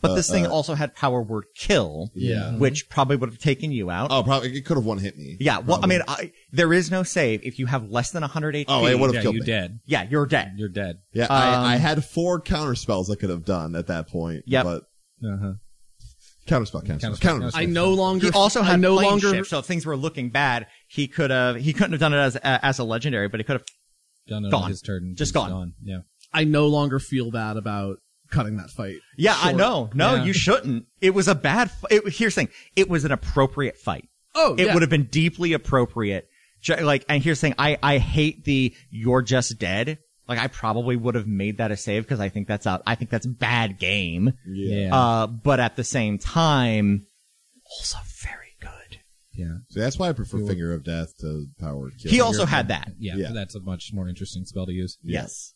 [SPEAKER 1] But
[SPEAKER 3] Uh,
[SPEAKER 1] this thing
[SPEAKER 3] uh,
[SPEAKER 1] also had power word kill,
[SPEAKER 3] yeah.
[SPEAKER 1] which probably would have taken you out.
[SPEAKER 3] Oh, probably it could have one hit me.
[SPEAKER 1] yeah, well, I
[SPEAKER 3] probably.
[SPEAKER 1] mean, I, there is no save. If you have less than 100 HP,
[SPEAKER 3] Oh, it would
[SPEAKER 2] yeah,
[SPEAKER 3] have killed
[SPEAKER 2] you
[SPEAKER 3] me.
[SPEAKER 2] dead.
[SPEAKER 1] yeah, you're dead.
[SPEAKER 2] You're dead.
[SPEAKER 3] Yeah, I, I
[SPEAKER 1] Um,
[SPEAKER 3] had four counter spells I could have done at that point.
[SPEAKER 1] Yep.
[SPEAKER 3] but
[SPEAKER 2] Uh-huh.
[SPEAKER 3] counter spell, counter spell,
[SPEAKER 2] Counterspell,
[SPEAKER 3] counter
[SPEAKER 4] I
[SPEAKER 3] spell.
[SPEAKER 4] no longer.
[SPEAKER 1] He also
[SPEAKER 4] I
[SPEAKER 1] had
[SPEAKER 4] no
[SPEAKER 1] plane
[SPEAKER 4] longer.
[SPEAKER 1] shift, so if things were looking bad, he could have he couldn't have done it as a, as a legendary, but he could have.
[SPEAKER 2] Done it
[SPEAKER 1] Gone.
[SPEAKER 2] on his turn.
[SPEAKER 1] Just
[SPEAKER 2] He's
[SPEAKER 1] gone.
[SPEAKER 2] Yeah.
[SPEAKER 4] I no longer feel bad about cutting that fight.
[SPEAKER 1] Yeah, I
[SPEAKER 4] Short.
[SPEAKER 1] know. No,
[SPEAKER 2] Yeah.
[SPEAKER 1] you shouldn't. It was a bad. F- it, here's the thing. It was an appropriate fight.
[SPEAKER 4] Oh,
[SPEAKER 1] it
[SPEAKER 4] yeah.
[SPEAKER 1] would have been deeply appropriate. Ju- Like, and here's the thing, I, I hate the "you're just dead." Like, I probably would have made that a save because I think that's out. I think that's bad game.
[SPEAKER 3] Yeah.
[SPEAKER 2] Yeah.
[SPEAKER 1] Uh, but at the same time, also very good.
[SPEAKER 2] yeah.
[SPEAKER 3] So that's why I prefer finger of death to power kill.
[SPEAKER 1] he also had that.
[SPEAKER 2] Yeah,
[SPEAKER 3] Yeah.
[SPEAKER 2] that's a much more interesting spell to use.
[SPEAKER 1] Yes.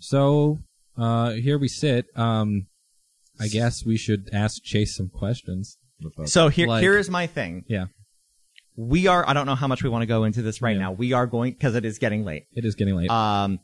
[SPEAKER 2] So uh here we sit. Um I guess we should ask Chase some questions.
[SPEAKER 1] So here,
[SPEAKER 2] Like-
[SPEAKER 1] here is my thing.
[SPEAKER 2] Yeah.
[SPEAKER 1] We are. I don't know how much we want to go into this right
[SPEAKER 2] Yeah.
[SPEAKER 1] now. We are going because it is getting late.
[SPEAKER 2] It is getting late.
[SPEAKER 1] Um,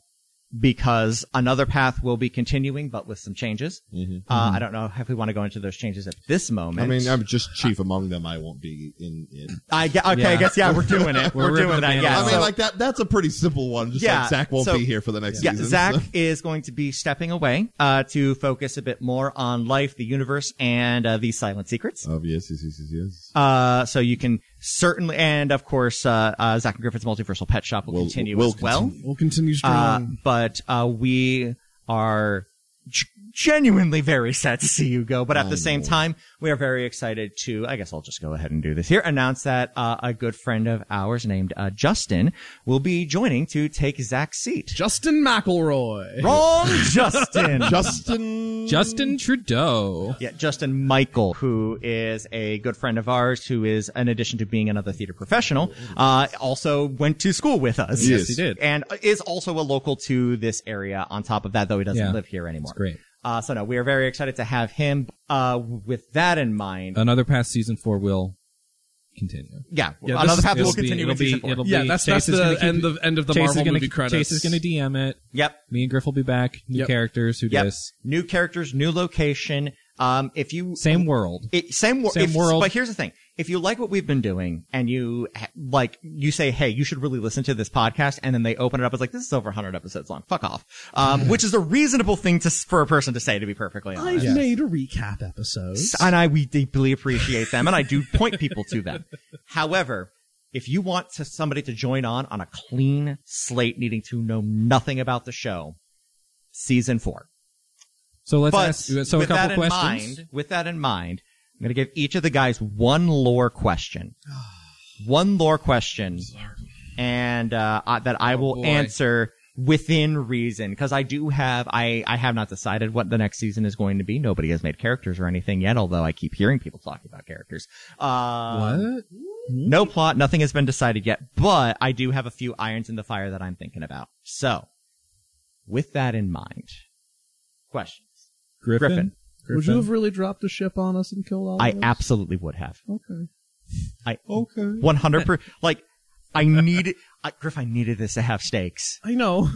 [SPEAKER 1] because another path will be continuing, but with some changes.
[SPEAKER 3] hmm
[SPEAKER 1] Uh,
[SPEAKER 2] Mm-hmm.
[SPEAKER 1] I don't know if we want to go into those changes at this
[SPEAKER 3] I
[SPEAKER 1] moment.
[SPEAKER 3] mean, I'm just chief among them. I won't be in it.
[SPEAKER 1] I ge- okay,
[SPEAKER 2] Yeah.
[SPEAKER 1] I guess yeah, we're doing it.
[SPEAKER 2] We're
[SPEAKER 1] we're
[SPEAKER 2] ripping
[SPEAKER 1] doing that.
[SPEAKER 2] the band
[SPEAKER 1] Yeah,
[SPEAKER 3] I mean,
[SPEAKER 1] so-
[SPEAKER 3] like that. That's a pretty simple one. Just
[SPEAKER 1] Yeah,
[SPEAKER 3] like Zach won't
[SPEAKER 1] so-
[SPEAKER 3] be here for the next
[SPEAKER 1] yeah,
[SPEAKER 3] season.
[SPEAKER 1] Zach
[SPEAKER 3] so-
[SPEAKER 1] is going to be stepping away uh, to focus a bit more on life, the universe, and uh, the silent secrets.
[SPEAKER 3] Oh yes, yes, yes, yes, yes.
[SPEAKER 1] Uh, so you can certainly, and of course, uh, uh, Zach and Griffith's multiversal pet shop will
[SPEAKER 3] Will-
[SPEAKER 1] continue
[SPEAKER 3] will
[SPEAKER 1] as well.
[SPEAKER 3] continue.
[SPEAKER 4] We'll continue strong.
[SPEAKER 1] Uh, but uh, we are g- genuinely very sad to see you go. But at
[SPEAKER 3] I
[SPEAKER 1] the same
[SPEAKER 3] know.
[SPEAKER 1] time, we are very excited to, I guess I'll just go ahead and do this here, announce that uh, a good friend of ours named uh, Justin will be joining to take Zach's seat.
[SPEAKER 4] Justin McElroy.
[SPEAKER 1] Wrong, Justin.
[SPEAKER 3] Justin.
[SPEAKER 2] Justin Trudeau.
[SPEAKER 1] Yeah, Justin Michael, who is a good friend of ours, who is, in addition to being another theater professional, uh, also went to school with us.
[SPEAKER 3] Yes, he
[SPEAKER 2] did.
[SPEAKER 1] And is also a local to this area on top of that, though he doesn't
[SPEAKER 2] Yeah.
[SPEAKER 1] live here anymore.
[SPEAKER 2] It's great.
[SPEAKER 1] Uh, so no, we are very excited to have him. Uh, with that in mind,
[SPEAKER 2] Another past season four will continue.
[SPEAKER 1] yeah,
[SPEAKER 4] yeah,
[SPEAKER 1] another
[SPEAKER 4] this-
[SPEAKER 1] path will
[SPEAKER 2] it'll be-
[SPEAKER 1] continue in
[SPEAKER 2] it'll be-
[SPEAKER 1] season four.
[SPEAKER 2] it'll
[SPEAKER 4] yeah,
[SPEAKER 2] be-
[SPEAKER 4] that's
[SPEAKER 2] Chase
[SPEAKER 4] that's
[SPEAKER 2] is
[SPEAKER 4] the
[SPEAKER 2] gonna keep-
[SPEAKER 4] end of end of the
[SPEAKER 2] Chase
[SPEAKER 4] Marvel
[SPEAKER 2] is gonna,
[SPEAKER 4] movie credits.
[SPEAKER 2] Chase is gonna DM it.
[SPEAKER 1] yep,
[SPEAKER 2] Me and Griff will be back. New
[SPEAKER 4] Yep.
[SPEAKER 2] characters, who
[SPEAKER 1] yep.
[SPEAKER 2] dis.
[SPEAKER 1] New characters, new location. Um, if you
[SPEAKER 2] Same world.
[SPEAKER 1] It, same, wor-
[SPEAKER 2] Same
[SPEAKER 1] if-
[SPEAKER 2] world.
[SPEAKER 1] But here's the thing: if you like what we've been doing, and you ha- like, you say, "Hey, you should really listen to this podcast," and then they open it up, it's like this is over 100 episodes long. Fuck off. Um, which is a reasonable thing to s- for a person to say, to be perfectly honest.
[SPEAKER 4] I've made a recap episode.
[SPEAKER 1] And I we deeply appreciate them, and I do point people to them. However, if you want to, somebody to join on on a clean slate, needing to know nothing about the show, season four
[SPEAKER 2] So let's
[SPEAKER 1] but
[SPEAKER 2] ask. So a
[SPEAKER 1] with that
[SPEAKER 2] couple
[SPEAKER 1] in
[SPEAKER 2] questions.
[SPEAKER 1] mind, with that in mind, I'm going to give each of the guys one lore question, one lore question, and uh, I, that I will
[SPEAKER 2] Oh, boy.
[SPEAKER 1] answer within reason because I do have I I have not decided what the next season is going to be. Nobody has made characters or anything yet, although I keep hearing people talking about characters. Uh,
[SPEAKER 4] what?
[SPEAKER 1] No plot, nothing has been decided yet, but I do have a few irons in the fire that I'm thinking about. So, with that in mind, questions.
[SPEAKER 2] Griffin.
[SPEAKER 1] Griffin.
[SPEAKER 4] Would you have really dropped the ship on us and killed all?
[SPEAKER 1] Oh, I
[SPEAKER 4] of us?
[SPEAKER 1] absolutely would have.
[SPEAKER 4] Okay.
[SPEAKER 1] I
[SPEAKER 4] Okay.
[SPEAKER 1] 100 percent like I need I, Griff. I needed this to have stakes.
[SPEAKER 4] I know.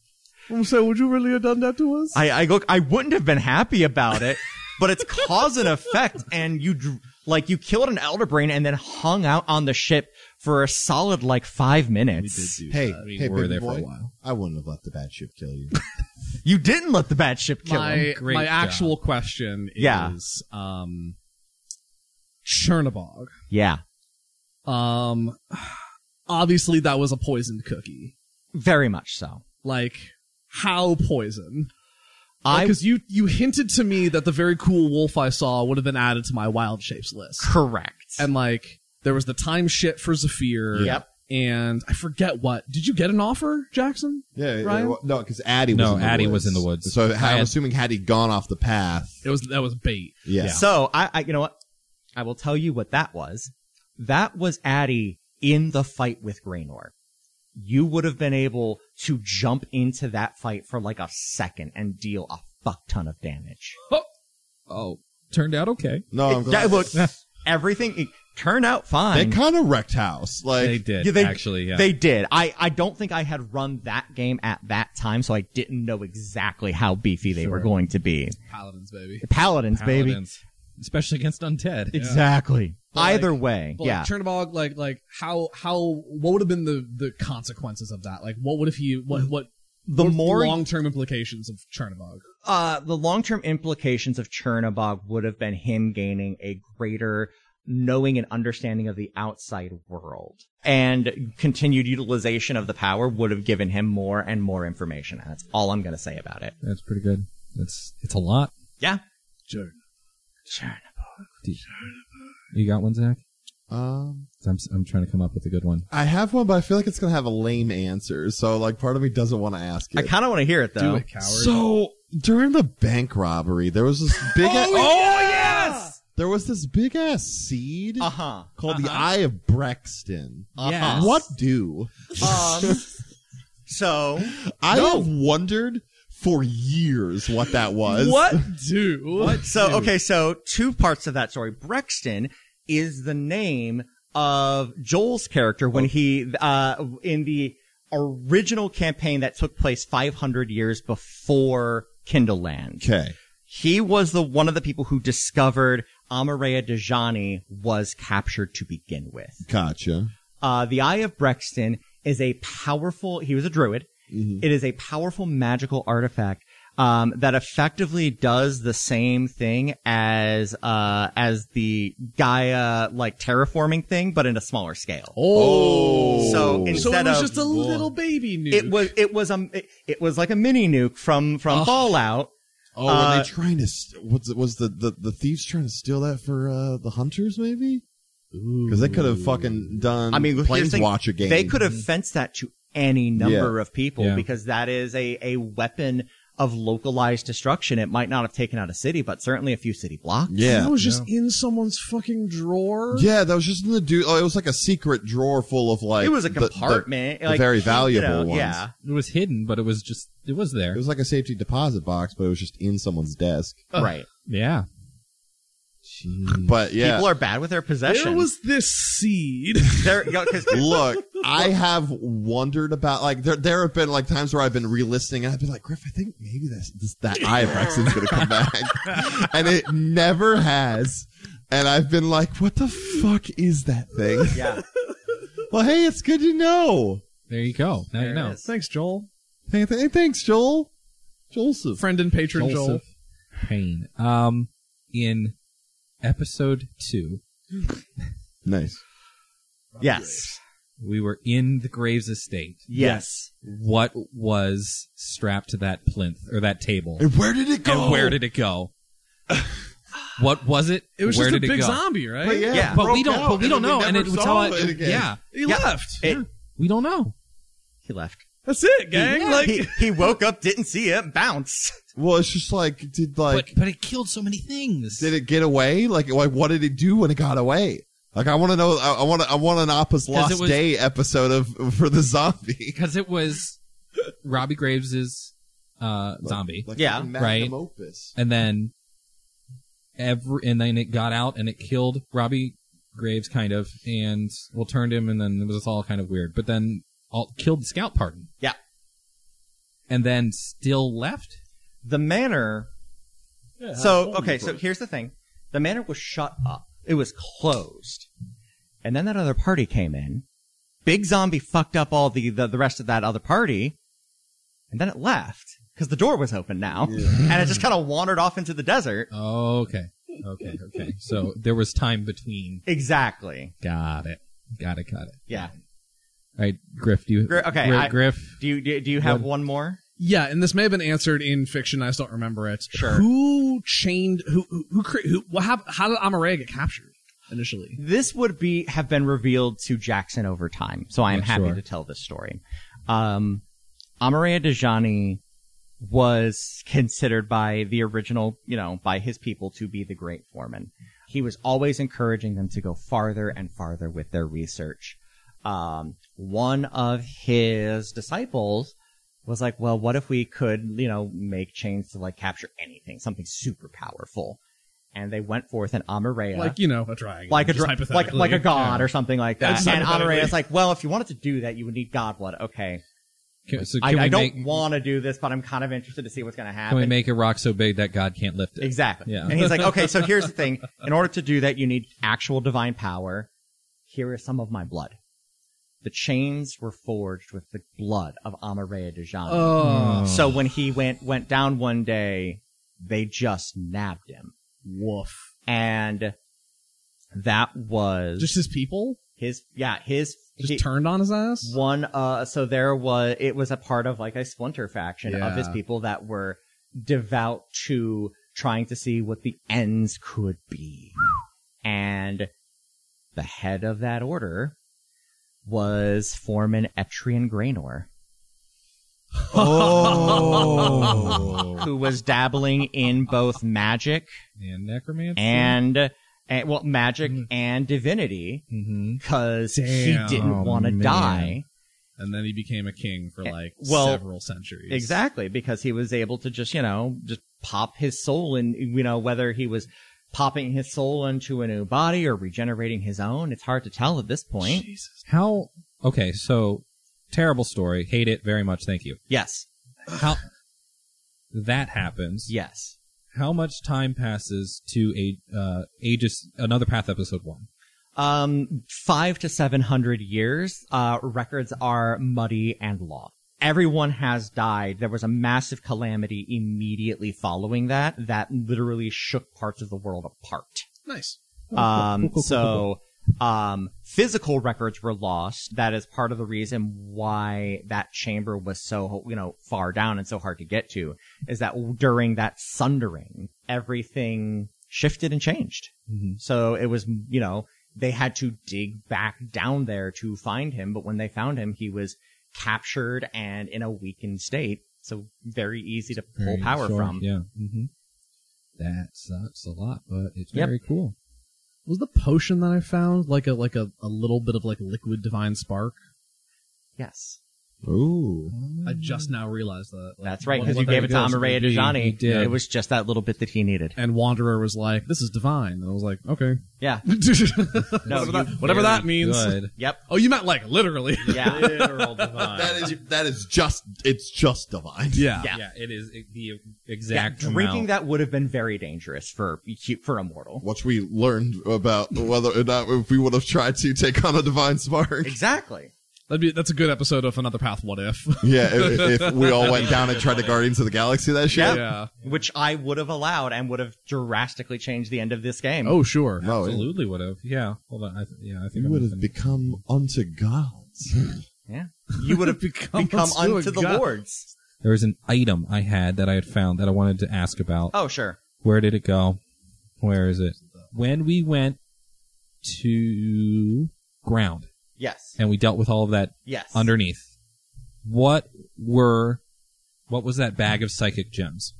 [SPEAKER 4] I'm saying, would you really have done that to us?
[SPEAKER 1] I, I look. I wouldn't have been happy about it, but it's cause and effect, and you dr- Like you killed an elder brain and then hung out on the ship for a solid like five
[SPEAKER 4] We did
[SPEAKER 1] minutes.
[SPEAKER 4] do
[SPEAKER 5] Hey,
[SPEAKER 4] that.
[SPEAKER 5] hey,
[SPEAKER 2] We were
[SPEAKER 5] baby
[SPEAKER 2] there
[SPEAKER 5] boy,
[SPEAKER 2] for a while.
[SPEAKER 5] I wouldn't have let the bad ship kill you.
[SPEAKER 1] You didn't let the bad ship kill him.
[SPEAKER 4] my,
[SPEAKER 2] Great
[SPEAKER 4] my
[SPEAKER 2] job.
[SPEAKER 4] actual question
[SPEAKER 1] Yeah.
[SPEAKER 4] is um Chernobog.
[SPEAKER 1] Yeah.
[SPEAKER 4] Um obviously that was a poisoned cookie.
[SPEAKER 1] Very much so.
[SPEAKER 4] Like how poison?
[SPEAKER 1] I
[SPEAKER 4] Because you you hinted to me that the very cool wolf I saw would have been added to my wild shapes list.
[SPEAKER 1] correct.
[SPEAKER 4] And like there was the time shit for Zafir.
[SPEAKER 1] Yep.
[SPEAKER 4] And I forget what. Did you get an offer, Jackson?
[SPEAKER 3] Yeah, yeah,
[SPEAKER 4] Ryan?
[SPEAKER 3] well, no, because Addie.
[SPEAKER 2] No,
[SPEAKER 3] was in the
[SPEAKER 2] Addie
[SPEAKER 3] woods.
[SPEAKER 2] was in the woods.
[SPEAKER 3] So
[SPEAKER 2] I
[SPEAKER 3] I'm
[SPEAKER 2] had-
[SPEAKER 3] assuming had he gone off the path,
[SPEAKER 4] It was that was bait.
[SPEAKER 3] yeah,
[SPEAKER 1] So I, I, you know what? I will tell you what that was. That was Addy in the fight with Graynor. You would have been able to jump into that fight for like a second and deal a fuck ton of damage.
[SPEAKER 2] Oh, turned out okay.
[SPEAKER 3] no,
[SPEAKER 4] Oh,
[SPEAKER 3] I'm
[SPEAKER 1] Yeah,
[SPEAKER 3] glad.
[SPEAKER 1] look, everything it turned out
[SPEAKER 3] they
[SPEAKER 1] fine.
[SPEAKER 3] kind of wrecked house. Like
[SPEAKER 2] They did
[SPEAKER 1] Yeah, they-
[SPEAKER 2] actually. Yeah.
[SPEAKER 1] They did. I, I don't think I had run that game at that time, so I didn't know exactly how beefy they were going to be.
[SPEAKER 4] Paladins, baby.
[SPEAKER 1] Paladins, baby.
[SPEAKER 2] Paladins, especially against undead.
[SPEAKER 1] Exactly.
[SPEAKER 4] But, like-
[SPEAKER 1] Either way,
[SPEAKER 4] But
[SPEAKER 1] yeah.
[SPEAKER 4] like Chernobog, like like how how what would have been the the consequences of that? Like what would if he what what
[SPEAKER 1] the more
[SPEAKER 4] long term implications of Chernobog?
[SPEAKER 1] uh, the long-term implications of Chernobog would have been him gaining a greater knowing and understanding of the outside world. And continued utilization of the power would have given him more and more information. And that's all I'm going to say about it.
[SPEAKER 2] That's pretty good. That's it's a lot.
[SPEAKER 1] Yeah.
[SPEAKER 4] Sure.
[SPEAKER 2] You got one, Zach?
[SPEAKER 3] um,
[SPEAKER 2] I'm I'm trying to come up with a good one.
[SPEAKER 3] I have one, but I feel like it's gonna have a lame answer. So like, part of me doesn't want to ask it.
[SPEAKER 1] I kind of want to hear it though.
[SPEAKER 4] Do it, coward.
[SPEAKER 3] so during the bank robbery, there was this
[SPEAKER 1] Oh,
[SPEAKER 3] big. ass,
[SPEAKER 1] yes!
[SPEAKER 3] there was this big ass seed
[SPEAKER 1] Uh-huh.
[SPEAKER 3] called the Eye of Brexton.
[SPEAKER 1] Yes.
[SPEAKER 3] What do?
[SPEAKER 1] Um, so,
[SPEAKER 3] I have wondered for years what that was.
[SPEAKER 4] What do? What?
[SPEAKER 1] so okay, so two parts of that story. Brexton is the name of Joel's character when he uh in the original campaign that took place 500 years before Kindle Land.
[SPEAKER 3] Okay.
[SPEAKER 1] He was the one of the people who discovered Amareya Dejani was captured to begin with.
[SPEAKER 3] Gotcha.
[SPEAKER 1] Uh, the Eye of Brexton is a powerful, he was a druid.
[SPEAKER 3] Mm-hmm.
[SPEAKER 1] It is a powerful magical artifact. Um, that effectively does the same thing as uh as the Gaia like terraforming thing, but in a smaller scale.
[SPEAKER 3] Oh.
[SPEAKER 1] So
[SPEAKER 4] So
[SPEAKER 1] instead
[SPEAKER 4] it was
[SPEAKER 1] of
[SPEAKER 4] just a little baby nuke.
[SPEAKER 1] it was it was um it, it was like a mini nuke from from Fallout.
[SPEAKER 3] Oh, were
[SPEAKER 1] Uh,
[SPEAKER 3] they trying to? St- was was the, the the thieves trying to steal that for uh, the hunters? Maybe because they could have fucking done.
[SPEAKER 1] I mean, here's the
[SPEAKER 3] planes
[SPEAKER 1] thing.
[SPEAKER 3] watch a game.
[SPEAKER 1] They could have fenced that to any number of people
[SPEAKER 2] Yeah.
[SPEAKER 1] because that is a, a weapon of localized destruction. It might not have taken out a city, but certainly a few city blocks.
[SPEAKER 3] Yeah.
[SPEAKER 4] That was just in someone's fucking drawer.
[SPEAKER 3] Yeah, that was just in the dude. Oh, it was like a secret drawer full of like.
[SPEAKER 1] it was a
[SPEAKER 3] the- the-
[SPEAKER 1] compartment.
[SPEAKER 3] the
[SPEAKER 1] like,
[SPEAKER 3] very
[SPEAKER 1] you
[SPEAKER 3] valuable
[SPEAKER 1] know,
[SPEAKER 3] ones.
[SPEAKER 1] Yeah.
[SPEAKER 2] It was hidden, but it was just it was there.
[SPEAKER 3] it was like a safety deposit box, but it was just in someone's desk.
[SPEAKER 1] right.
[SPEAKER 2] yeah.
[SPEAKER 3] But yeah,
[SPEAKER 1] People are bad with their possessions.
[SPEAKER 4] There was this seed.
[SPEAKER 1] There- you know, 'cause-
[SPEAKER 3] look, I have wondered about like there. There have been like times where I've been re-listening and I've been like, Griff, I think maybe this, this that eye of Brexton's gonna come back, and it never has. And I've been like, what the fuck is that thing?
[SPEAKER 1] yeah.
[SPEAKER 3] well, hey, it's good to know.
[SPEAKER 2] There you go. Now
[SPEAKER 1] There
[SPEAKER 2] you
[SPEAKER 1] it
[SPEAKER 2] know.
[SPEAKER 1] is.
[SPEAKER 4] Thanks, Joel.
[SPEAKER 3] Hey, th- hey, thanks, Joel. Joseph.
[SPEAKER 4] Friend and patron Joel.
[SPEAKER 2] Joseph Payne. Um, in episode two,
[SPEAKER 3] Nice.
[SPEAKER 1] Yes.
[SPEAKER 2] we were in the Graves estate.
[SPEAKER 1] Yes.
[SPEAKER 2] What was strapped to that plinth or that table?
[SPEAKER 3] And where did it go?
[SPEAKER 2] And where did it go? what was it?
[SPEAKER 4] It was
[SPEAKER 2] where
[SPEAKER 4] just a
[SPEAKER 2] did it
[SPEAKER 4] big
[SPEAKER 2] go?
[SPEAKER 4] zombie, right?
[SPEAKER 3] But yeah,
[SPEAKER 1] Yeah.
[SPEAKER 3] it
[SPEAKER 2] But we
[SPEAKER 3] broke
[SPEAKER 2] don't.
[SPEAKER 3] out,
[SPEAKER 2] But we don't
[SPEAKER 3] then
[SPEAKER 2] know. And
[SPEAKER 3] never
[SPEAKER 2] it's how.
[SPEAKER 3] saw it
[SPEAKER 2] It,
[SPEAKER 3] again.
[SPEAKER 2] yeah,
[SPEAKER 4] He
[SPEAKER 1] Yeah.
[SPEAKER 4] left.
[SPEAKER 1] It-
[SPEAKER 2] we don't know.
[SPEAKER 1] he left.
[SPEAKER 4] That's it, gang. like
[SPEAKER 1] he, he woke up, didn't see it, bounced.
[SPEAKER 3] Well, it's just like did like
[SPEAKER 2] but but it killed so many things.
[SPEAKER 3] did it get away? Like like what did it do when it got away? Like I want to know. I want to. I want an Opus Lost
[SPEAKER 2] was-
[SPEAKER 3] Day episode of for the zombie.
[SPEAKER 2] because it was Robbie Graves' uh, zombie,
[SPEAKER 3] Like
[SPEAKER 1] Yeah,
[SPEAKER 3] the magnum
[SPEAKER 2] right.
[SPEAKER 3] Opus.
[SPEAKER 2] and then every and then it got out and it killed Robbie Graves, kind of, and well turned him, and then it was all kind of weird. But then all killed the scout pardon.
[SPEAKER 1] Yeah.
[SPEAKER 2] and then still left.
[SPEAKER 1] The manor. so okay, so here's the thing: the manor was shut up. It was closed. And then that other party came in. Big Zombie fucked up all the, the, the rest of that other party. And then it left because the door was open now. And it just kind of wandered off into the desert.
[SPEAKER 2] Oh, okay. Okay, okay. So there was time between.
[SPEAKER 1] Exactly.
[SPEAKER 2] Got it. Got it, got it.
[SPEAKER 1] Yeah.
[SPEAKER 2] All right, Griff, do you.
[SPEAKER 1] Gri- okay,
[SPEAKER 2] Gri-
[SPEAKER 1] I-
[SPEAKER 2] Griff.
[SPEAKER 1] Do you, do, do you have
[SPEAKER 2] What-
[SPEAKER 1] one more?
[SPEAKER 4] Yeah, and this may have been answered in fiction. I just don't remember it.
[SPEAKER 1] Sure.
[SPEAKER 4] Who chained? Who who who? cre- who what, how, how did Amarea get captured initially?
[SPEAKER 1] this would be have been revealed to Jackson over time, so I am
[SPEAKER 2] Yeah,
[SPEAKER 1] happy
[SPEAKER 2] sure.
[SPEAKER 1] to tell this story. Um, Amaria Dejani was considered by the original, you know, by his people to be the great foreman. He was always encouraging them to go farther and farther with their research. Um, one of his disciples was like, well, what if we could, you know, make chains to like capture anything, something super powerful? And they went forth and Amaria
[SPEAKER 4] Like you know, a dragon,
[SPEAKER 1] like a
[SPEAKER 4] just
[SPEAKER 1] dra- like
[SPEAKER 4] hypothetically.
[SPEAKER 1] like a god
[SPEAKER 4] Yeah.
[SPEAKER 1] or something like
[SPEAKER 4] Yeah,
[SPEAKER 1] that.
[SPEAKER 4] just
[SPEAKER 1] And
[SPEAKER 4] hypothetically.
[SPEAKER 1] Honorarius like, well, if you wanted to do that, you would need God blood. Okay,
[SPEAKER 2] Can, so
[SPEAKER 1] I,
[SPEAKER 2] can we
[SPEAKER 1] I don't
[SPEAKER 2] make,
[SPEAKER 1] want to do this, but I'm kind of interested to see what's going to
[SPEAKER 2] Can
[SPEAKER 1] happen.
[SPEAKER 2] we make a rock so big that God can't lift it?
[SPEAKER 1] exactly.
[SPEAKER 2] Yeah.
[SPEAKER 1] And he's like, okay, so here's the thing: in order to do that, you need actual divine power. Here is some of my blood. The chains were forged with the blood of Amarea Dejani.
[SPEAKER 4] Oh,
[SPEAKER 1] So when he went went down one day, they just nabbed him,
[SPEAKER 4] woof!
[SPEAKER 1] and that was
[SPEAKER 4] Just his people
[SPEAKER 1] his yeah his
[SPEAKER 4] just
[SPEAKER 1] he-
[SPEAKER 4] turned on his ass.
[SPEAKER 1] One, uh, so there was, it was a part of like a splinter faction of his
[SPEAKER 4] Yeah.
[SPEAKER 1] people that were devout to trying to see what the ends could be. And the head of that order was foreman Etrian Graynor,
[SPEAKER 2] Oh.
[SPEAKER 1] who was dabbling in both magic
[SPEAKER 2] and necromancy.
[SPEAKER 1] and, and well, magic
[SPEAKER 4] Mm.
[SPEAKER 1] and divinity
[SPEAKER 2] hmm
[SPEAKER 1] because he
[SPEAKER 4] Damn,
[SPEAKER 1] didn't want to
[SPEAKER 2] man.
[SPEAKER 1] die.
[SPEAKER 4] and then he became a king for like
[SPEAKER 1] Eh, well,
[SPEAKER 4] several centuries.
[SPEAKER 1] Exactly, because he was able to just, you know, just pop his soul in, you know, whether he was popping his soul into a new body or regenerating his own, it's hard to tell at this point.
[SPEAKER 4] Jesus.
[SPEAKER 2] How? Okay, so terrible story. Hate it very much. Thank you.
[SPEAKER 1] Yes.
[SPEAKER 2] How? that happens.
[SPEAKER 1] Yes.
[SPEAKER 2] How much time passes to a uh, Aegis? Another Path episode one.
[SPEAKER 1] Um, five to 700 years, uh, records are muddy and long. Everyone has died. There was a massive calamity immediately following that that literally shook parts of the world apart.
[SPEAKER 4] Nice.
[SPEAKER 1] Um, so, um, physical records were lost. That is part of the reason why that chamber was so, you know, far down and so hard to get to is that during that sundering, everything shifted and changed.
[SPEAKER 3] Mm-hmm.
[SPEAKER 1] So it was, you know, they had to dig back down there to find him. But when they found him, he was captured and in a weakened state. So very easy to pull
[SPEAKER 2] Very
[SPEAKER 1] power
[SPEAKER 2] sure,
[SPEAKER 1] from.
[SPEAKER 2] Yeah. hmm That sucks a lot, but it's
[SPEAKER 1] Yep.
[SPEAKER 2] very cool.
[SPEAKER 4] Was the potion that I found like a like a, a little bit of like liquid divine spark?
[SPEAKER 1] Yes.
[SPEAKER 3] Ooh.
[SPEAKER 4] I just now realized that. Like,
[SPEAKER 1] That's right,
[SPEAKER 4] what-
[SPEAKER 1] because
[SPEAKER 4] what
[SPEAKER 1] you
[SPEAKER 4] that
[SPEAKER 1] gave it to
[SPEAKER 4] reveals would
[SPEAKER 1] Amareya
[SPEAKER 4] be-
[SPEAKER 2] he
[SPEAKER 1] Dejani.
[SPEAKER 2] did.
[SPEAKER 1] It was just that little bit that he needed.
[SPEAKER 4] And Wanderer was like, "This is divine," and I was like, "Okay,
[SPEAKER 1] Yeah. No,
[SPEAKER 4] whatever, that,
[SPEAKER 1] you-
[SPEAKER 4] whatever that
[SPEAKER 2] Very
[SPEAKER 4] means."
[SPEAKER 2] Good.
[SPEAKER 1] Yep.
[SPEAKER 4] Oh, you meant like literally.
[SPEAKER 1] Yeah.
[SPEAKER 2] Literal divine.
[SPEAKER 3] That is that is just it's just divine.
[SPEAKER 4] yeah.
[SPEAKER 1] Yeah.
[SPEAKER 2] Yeah, it is the
[SPEAKER 1] yeah.
[SPEAKER 2] exact
[SPEAKER 1] Drinking that would have been very dangerous for for a mortal.
[SPEAKER 3] Which we learned about whether or not if we would have tried to take on a divine spark.
[SPEAKER 1] Exactly.
[SPEAKER 4] That'd be that's a good episode of Another Path. What if?
[SPEAKER 3] Yeah, if, if we all went down and tried to Guardians of the Galaxy that shit.
[SPEAKER 1] Yeah.
[SPEAKER 4] yeah.
[SPEAKER 1] Which I would have allowed and would have drastically changed the end of this game.
[SPEAKER 4] Oh, sure.
[SPEAKER 3] No, it-
[SPEAKER 2] Absolutely would have. Yeah. Hold on. I th- yeah, I think
[SPEAKER 3] you
[SPEAKER 2] I'm
[SPEAKER 3] would have
[SPEAKER 2] gonna-
[SPEAKER 3] become unto gods.
[SPEAKER 1] Yeah. You would have become,
[SPEAKER 4] unto a
[SPEAKER 1] unto the
[SPEAKER 4] god.
[SPEAKER 1] lords.
[SPEAKER 2] there was an item I had that I had found that I wanted to ask about.
[SPEAKER 1] Oh, sure.
[SPEAKER 2] Where did it go? Where is it? When we went to ground
[SPEAKER 1] Yes.
[SPEAKER 2] and we dealt with all of that
[SPEAKER 1] Yes.
[SPEAKER 2] underneath, what were what was that bag of psychic gems?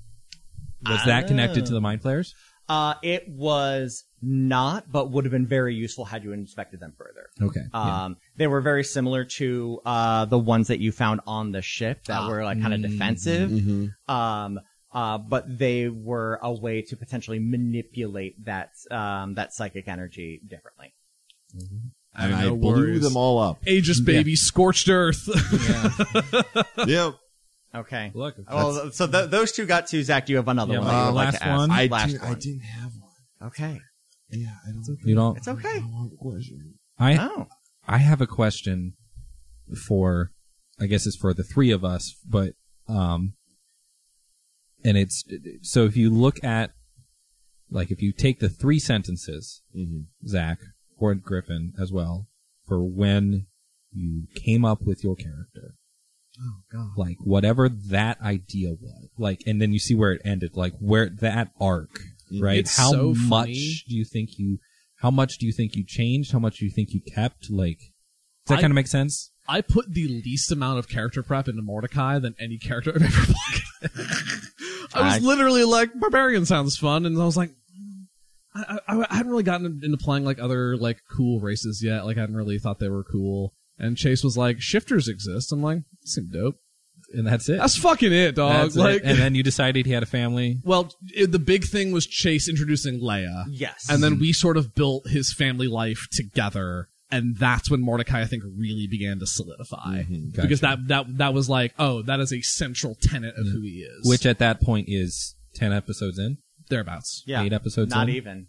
[SPEAKER 2] Was that connected to the mind players?
[SPEAKER 1] Uh, it was not, but would have been very useful had you inspected them further.
[SPEAKER 2] Okay. yeah.
[SPEAKER 1] Um, They were very similar to uh, the ones that you found on the ship that
[SPEAKER 4] Ah.
[SPEAKER 1] were like kind of defensive. Um, uh, but they were a way to potentially manipulate that um, that psychic energy differently.
[SPEAKER 4] I
[SPEAKER 3] And
[SPEAKER 4] have
[SPEAKER 3] I
[SPEAKER 4] no
[SPEAKER 3] blew
[SPEAKER 4] worries.
[SPEAKER 3] them all up.
[SPEAKER 4] Aegis baby, scorched earth.
[SPEAKER 3] yep.
[SPEAKER 1] Okay.
[SPEAKER 2] Look,
[SPEAKER 1] Well, so th- those two got to Zach. Do you have another
[SPEAKER 2] Yeah,
[SPEAKER 1] one?
[SPEAKER 2] my
[SPEAKER 1] That you would like
[SPEAKER 2] last
[SPEAKER 1] to ask?
[SPEAKER 2] one.
[SPEAKER 3] I,
[SPEAKER 1] Last
[SPEAKER 3] did, I
[SPEAKER 1] one.
[SPEAKER 3] didn't have one.
[SPEAKER 1] Okay.
[SPEAKER 3] Yeah, I don't.
[SPEAKER 2] You don't.
[SPEAKER 1] It's okay.
[SPEAKER 3] I want a question.
[SPEAKER 2] I
[SPEAKER 1] Oh,
[SPEAKER 2] I have a question for, I guess it's for the three of us, but, um, and it's, so if you look at, like, if you take the three sentences, Zach, or Griffin as well, for when you came up with your character,
[SPEAKER 4] Oh god.
[SPEAKER 2] like, whatever that idea was, like, and then you see where it ended, like, where that arc, right?
[SPEAKER 4] It's
[SPEAKER 2] how
[SPEAKER 4] so
[SPEAKER 2] much
[SPEAKER 4] funny.
[SPEAKER 2] do you think you, how much do you think you changed? How much do you think you kept? Like, does that
[SPEAKER 4] I-
[SPEAKER 2] kind of make sense?
[SPEAKER 4] I put the least amount of character prep into Mordecai than any character I've ever played. I was
[SPEAKER 1] I-
[SPEAKER 4] literally like, "Barbarian sounds fun," and I was like, "Mm, I, I, "I hadn't really gotten into playing like other like cool races yet. Like, I hadn't really thought they were cool." And Chase was like, "Shifters exist." I'm like, "That seemed dope."
[SPEAKER 2] and that's it.
[SPEAKER 4] That's fucking it, dog.
[SPEAKER 2] That's it.
[SPEAKER 4] like,
[SPEAKER 2] and then you decided he had a family.
[SPEAKER 4] well, it, the big thing was Chase introducing Leia.
[SPEAKER 1] yes.
[SPEAKER 4] And then we sort of built his family life together. And that's when Mordecai, I think, really began to
[SPEAKER 3] Mm-hmm.
[SPEAKER 4] solidify.
[SPEAKER 2] Gotcha. Mm-hmm.
[SPEAKER 4] Because that, that that was like, oh, that is a central tenet of who he is.
[SPEAKER 2] which uh, at that point is ten episodes in,
[SPEAKER 4] thereabouts.
[SPEAKER 1] yeah,
[SPEAKER 2] eight episodes
[SPEAKER 1] not
[SPEAKER 2] in.
[SPEAKER 1] even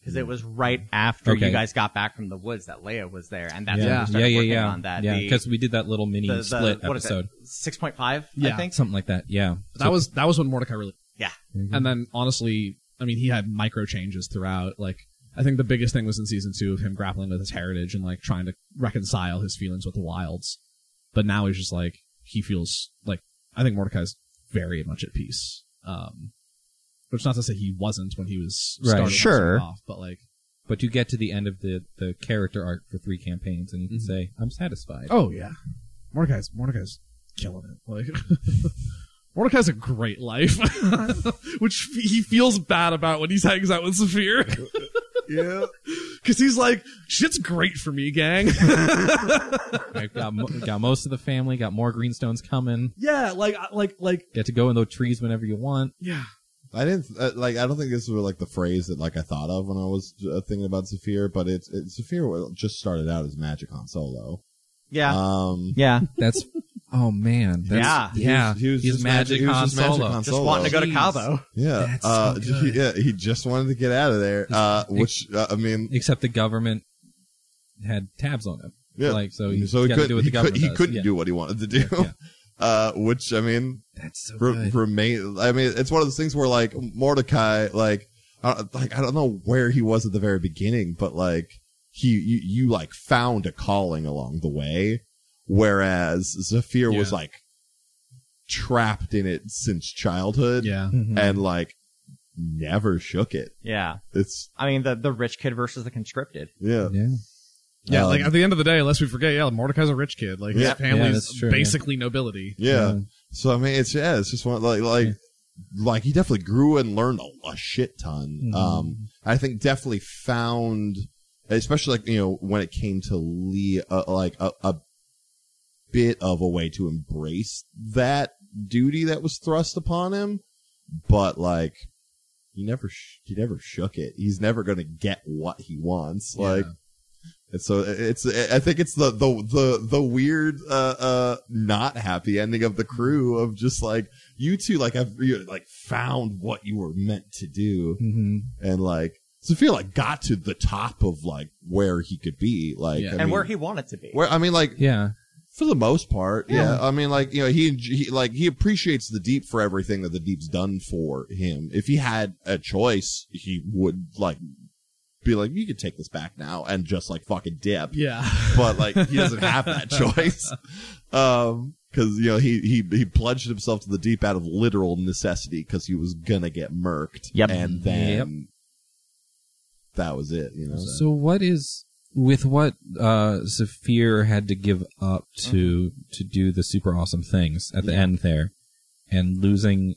[SPEAKER 1] because it was right after you
[SPEAKER 2] Hmm. Okay.
[SPEAKER 1] guys got back from the woods that Leia was there, and that's when
[SPEAKER 2] yeah,
[SPEAKER 1] we
[SPEAKER 2] yeah,
[SPEAKER 1] started
[SPEAKER 2] yeah,
[SPEAKER 1] working
[SPEAKER 2] yeah.
[SPEAKER 1] on that.
[SPEAKER 2] yeah,
[SPEAKER 1] The-
[SPEAKER 2] because we did that little mini
[SPEAKER 1] the, the,
[SPEAKER 2] split
[SPEAKER 1] what is it,
[SPEAKER 2] episode,
[SPEAKER 1] 6.5, I
[SPEAKER 4] Yeah.
[SPEAKER 1] think.
[SPEAKER 2] something like that. Yeah,
[SPEAKER 4] That was that was when Mordecai really
[SPEAKER 2] Mm-hmm.
[SPEAKER 1] Yeah.
[SPEAKER 4] And then honestly, I mean he had micro changes throughout. Like I think the biggest thing was in season two of him grappling with his heritage and like trying to reconcile his feelings with the wilds. But now he's just like he feels like I think Mordecai's very much at peace. Um which is not to say he wasn't when he was
[SPEAKER 2] Right.
[SPEAKER 4] starting
[SPEAKER 1] Sure.
[SPEAKER 4] off, but like
[SPEAKER 2] but you get to the end of the the character arc for three campaigns, and you can
[SPEAKER 1] Mm-hmm.
[SPEAKER 4] Mhm.
[SPEAKER 2] say, "I'm satisfied."
[SPEAKER 4] Oh yeah, Mordecai's Mordecai's killing it. Like Mordecai's a great life, which he feels bad about when he hangs out with Saphir
[SPEAKER 3] Yeah,
[SPEAKER 4] because he's like, "Shit's great for me, gang."
[SPEAKER 2] I got mo- got most of the family, got more greenstones coming.
[SPEAKER 4] yeah, like I- like like
[SPEAKER 2] Get to go in those trees whenever you want.
[SPEAKER 4] yeah.
[SPEAKER 3] I didn't uh, like. I don't think this was like the phrase that like I thought of when I was uh, thinking about Zephyr, but it's it, Zephyr wa- just started out as Magic on Solo.
[SPEAKER 1] Yeah.
[SPEAKER 2] Uh,
[SPEAKER 3] Um,
[SPEAKER 1] yeah.
[SPEAKER 2] That's oh man, that's,
[SPEAKER 3] he was-
[SPEAKER 2] yeah.
[SPEAKER 3] he was
[SPEAKER 2] He's
[SPEAKER 3] just
[SPEAKER 2] magic,
[SPEAKER 3] he was
[SPEAKER 2] on
[SPEAKER 3] just
[SPEAKER 2] solo.
[SPEAKER 3] Magic Han
[SPEAKER 1] Just
[SPEAKER 3] Solo.
[SPEAKER 1] wanting to go to
[SPEAKER 2] oh, Jeez.
[SPEAKER 1] Cabo.
[SPEAKER 3] Yeah,
[SPEAKER 2] That's so
[SPEAKER 3] uh,
[SPEAKER 2] good.
[SPEAKER 3] yeah, he just wanted to get out of there. Uh, which uh, I mean,
[SPEAKER 2] Except the government had tabs on him.
[SPEAKER 3] yeah,
[SPEAKER 2] Like so, you
[SPEAKER 3] so, he
[SPEAKER 2] got
[SPEAKER 3] could
[SPEAKER 2] to do what
[SPEAKER 3] he,
[SPEAKER 2] the government
[SPEAKER 3] could, he
[SPEAKER 2] does.
[SPEAKER 3] couldn't
[SPEAKER 2] Yeah.
[SPEAKER 3] do what he wanted to do.
[SPEAKER 2] Yeah.
[SPEAKER 3] Uh, which I mean,
[SPEAKER 2] That's so
[SPEAKER 3] re-
[SPEAKER 2] good.
[SPEAKER 3] remain. I mean, it's one of those things where like Mordecai, like, I, like I don't know where he was at the very beginning, but like he, you, you like found a calling along the way, whereas Zephyr was
[SPEAKER 4] Yeah.
[SPEAKER 3] like trapped in it since childhood
[SPEAKER 4] Yeah.
[SPEAKER 2] Mm-hmm.
[SPEAKER 3] and like never shook it.
[SPEAKER 1] Yeah.
[SPEAKER 3] It's
[SPEAKER 1] I mean, the, the rich kid versus the conscripted.
[SPEAKER 3] yeah,
[SPEAKER 2] yeah.
[SPEAKER 4] Yeah, like
[SPEAKER 3] Um,
[SPEAKER 4] at the end of the day, unless we forget, yeah, Mordecai's a rich kid. Like
[SPEAKER 3] Yeah.
[SPEAKER 4] his family's
[SPEAKER 2] Yeah, that's true,
[SPEAKER 4] basically nobility.
[SPEAKER 3] yeah. So I mean, it's yeah, it's just one like like like he definitely grew and learned a, a shit ton.
[SPEAKER 4] Mm-hmm.
[SPEAKER 2] Mhm.
[SPEAKER 3] Um, I think definitely found, especially like you know when it came to Lee, uh, like a, a bit of a way to embrace that duty that was thrust upon him, but like. He never, sh- he never shook it. He's never gonna get what he wants. Like, and so it's, I think it's the, the, the, the weird, uh, uh, not happy ending of the crew of just like, you two, like, have, you like found what you were meant to do.
[SPEAKER 2] Mm-hmm.
[SPEAKER 3] And like, so feel like got to the top of like where he could be. Like,
[SPEAKER 4] Yeah.
[SPEAKER 3] I
[SPEAKER 1] and
[SPEAKER 3] mean,
[SPEAKER 1] where he wanted to be.
[SPEAKER 3] where, I mean, like,
[SPEAKER 2] Yeah.
[SPEAKER 3] for the most part, yeah.
[SPEAKER 2] Yeah.
[SPEAKER 3] I mean, like you know, he, he like he appreciates the deep for everything that the deep's done for him. If he had a choice, he would like be like, "You could take this back now," and just like fucking dip.
[SPEAKER 4] Yeah.
[SPEAKER 3] But like, he doesn't have that choice, um, because you know he he he pledged himself to the deep out of literal necessity because he was gonna get murked.
[SPEAKER 1] Yep.
[SPEAKER 3] and then. That was it, you know.
[SPEAKER 2] So what is with what uh Zephyr had to give up to to do the super awesome things at the
[SPEAKER 3] Yeah.
[SPEAKER 2] end there and losing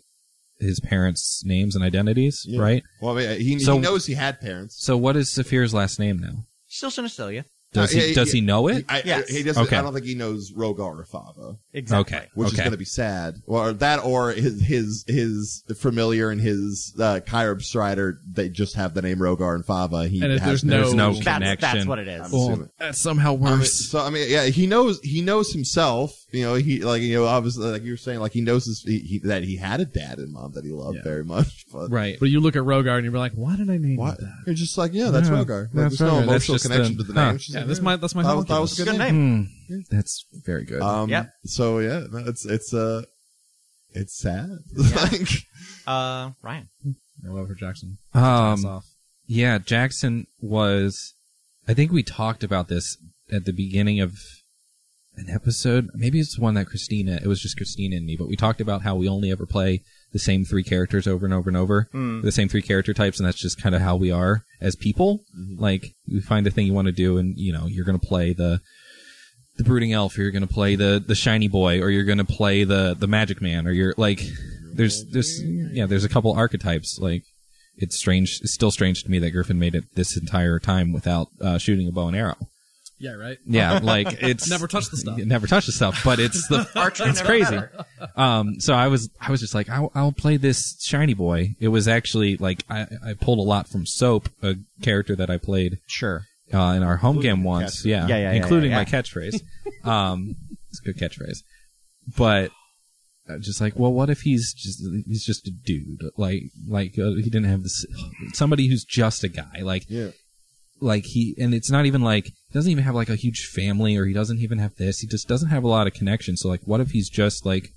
[SPEAKER 2] his parents' names and identities,
[SPEAKER 3] Yeah.
[SPEAKER 2] right?
[SPEAKER 3] Well, I mean, he,
[SPEAKER 2] So-
[SPEAKER 3] he knows he had parents.
[SPEAKER 2] So what is Zephyr's last name now?
[SPEAKER 1] Still Sinistelia.
[SPEAKER 2] Does
[SPEAKER 3] Uh,
[SPEAKER 2] he
[SPEAKER 3] yeah,
[SPEAKER 2] does he know it?
[SPEAKER 3] I,
[SPEAKER 1] Yes.
[SPEAKER 3] he doesn't.
[SPEAKER 2] Okay.
[SPEAKER 3] I don't think he knows Rogar or Fava.
[SPEAKER 1] Exactly.
[SPEAKER 2] Okay.
[SPEAKER 3] which is going to be sad. Or that, or his his his familiar and his uh, Kyrob Strider. They just have the name Rogar and Fava. He
[SPEAKER 4] And if
[SPEAKER 3] has
[SPEAKER 4] there's no-
[SPEAKER 2] There's no
[SPEAKER 1] That's, that's
[SPEAKER 2] connection.
[SPEAKER 1] what it is.
[SPEAKER 3] I'm assuming.
[SPEAKER 2] that's somehow
[SPEAKER 3] I mean, so I mean, yeah, he knows he knows himself. you know, he like you know, obviously, like you were saying, like he knows his, he, he, that he had a dad and mom that he loved
[SPEAKER 4] Yeah.
[SPEAKER 3] very much, but
[SPEAKER 2] Right.
[SPEAKER 4] But you look at Rogar and you're like, why did I name
[SPEAKER 3] why-
[SPEAKER 4] it that?
[SPEAKER 3] you're just like, yeah, that's
[SPEAKER 2] Yeah,
[SPEAKER 3] Rogar. Like,
[SPEAKER 2] that's
[SPEAKER 3] there's no
[SPEAKER 2] Rogar. That's
[SPEAKER 3] emotional
[SPEAKER 2] just
[SPEAKER 3] connection
[SPEAKER 2] the-
[SPEAKER 3] to the name.
[SPEAKER 2] huh.
[SPEAKER 3] It's just
[SPEAKER 4] Yeah,
[SPEAKER 3] like,
[SPEAKER 4] that's my that's my
[SPEAKER 3] That was-
[SPEAKER 4] homework.
[SPEAKER 3] that was
[SPEAKER 1] It's a good
[SPEAKER 3] Good
[SPEAKER 1] name.
[SPEAKER 2] Hmm. That's very good.
[SPEAKER 3] Um,
[SPEAKER 1] Yep.
[SPEAKER 3] So yeah, no, it's it's uh, it's sad. like,
[SPEAKER 1] Uh, Ryan.
[SPEAKER 4] I love her Jackson. Hats
[SPEAKER 2] um,
[SPEAKER 4] off.
[SPEAKER 2] yeah, Jackson was. I think we talked about this at the beginning of an episode. Maybe it's one that Christina. It was just Christina and me, but we talked about how we only ever play the same three characters over and over and over.
[SPEAKER 1] Mm.
[SPEAKER 2] the same three character types, and that's just kind of how we are as people. Like you find the thing you want to do, and you know you're going to play the the brooding elf, or you're going to play the the shiny boy, or you're going to play the the magic man, or you're like there's there's yeah there's a couple archetypes. Like it's strange, it's still strange to me that Griffin made it this entire time without uh, shooting a bow and arrow.
[SPEAKER 4] Yeah, right.
[SPEAKER 2] Yeah, like it's
[SPEAKER 4] Never touch the stuff.
[SPEAKER 2] you never touch the stuff, but it's the
[SPEAKER 1] Archery
[SPEAKER 2] it's
[SPEAKER 1] never
[SPEAKER 2] crazy.
[SPEAKER 1] mattered.
[SPEAKER 2] Um, so I was I was just like I'll, I'll play this shiny boy. It was actually like I, I pulled a lot from Soap, a character that I played
[SPEAKER 1] Sure.
[SPEAKER 2] uh, in our home
[SPEAKER 5] Including
[SPEAKER 2] game
[SPEAKER 5] your
[SPEAKER 2] once.
[SPEAKER 5] catchphrase.
[SPEAKER 2] Yeah,
[SPEAKER 1] Yeah, yeah, yeah,
[SPEAKER 2] including
[SPEAKER 1] yeah,
[SPEAKER 2] my catchphrase. um, it's a good catchphrase, but. I was just like, well, what if he's just he's just a dude, like like uh, he didn't have this somebody who's just a guy, like
[SPEAKER 3] yeah,
[SPEAKER 2] like he and it's not even like he doesn't even have like a huge family or he doesn't even have this he just doesn't have a lot of connections so like what if he's just like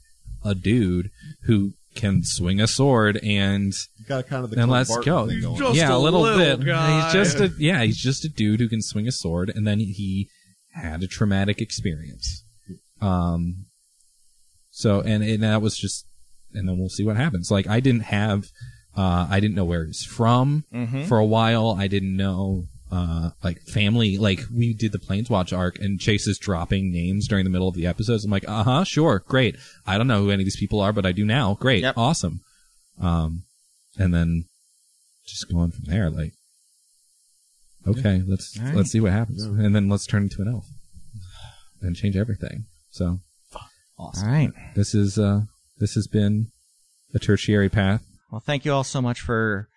[SPEAKER 2] a dude who can swing a sword and
[SPEAKER 3] you got kind of the
[SPEAKER 2] Then
[SPEAKER 3] Clint
[SPEAKER 2] let's
[SPEAKER 3] Barton
[SPEAKER 2] go.
[SPEAKER 3] thing going.
[SPEAKER 4] Just
[SPEAKER 2] yeah a
[SPEAKER 4] a
[SPEAKER 2] little,
[SPEAKER 4] little
[SPEAKER 2] bit
[SPEAKER 4] guy.
[SPEAKER 2] he's just a yeah he's just a dude who can swing a sword and then he had a traumatic experience um so and and that was just and then we'll see what happens like i didn't have uh i didn't know where he's from
[SPEAKER 1] Mm-hmm.
[SPEAKER 2] for a while. I didn't know uh, like family. Like we did the Planeswatch arc, and Chase is dropping names during the middle of the episodes. I'm like, uh huh, sure, great. I don't know who any of these people are, but I do now. Great,
[SPEAKER 1] Yep.
[SPEAKER 2] awesome. Um, and then just going from there, like. Okay, let's
[SPEAKER 1] All right.
[SPEAKER 2] let's see what happens, and then let's turn into an elf and change everything. So
[SPEAKER 1] All right.
[SPEAKER 2] this is uh this has been a tertiary path.
[SPEAKER 1] Well, thank you all so much for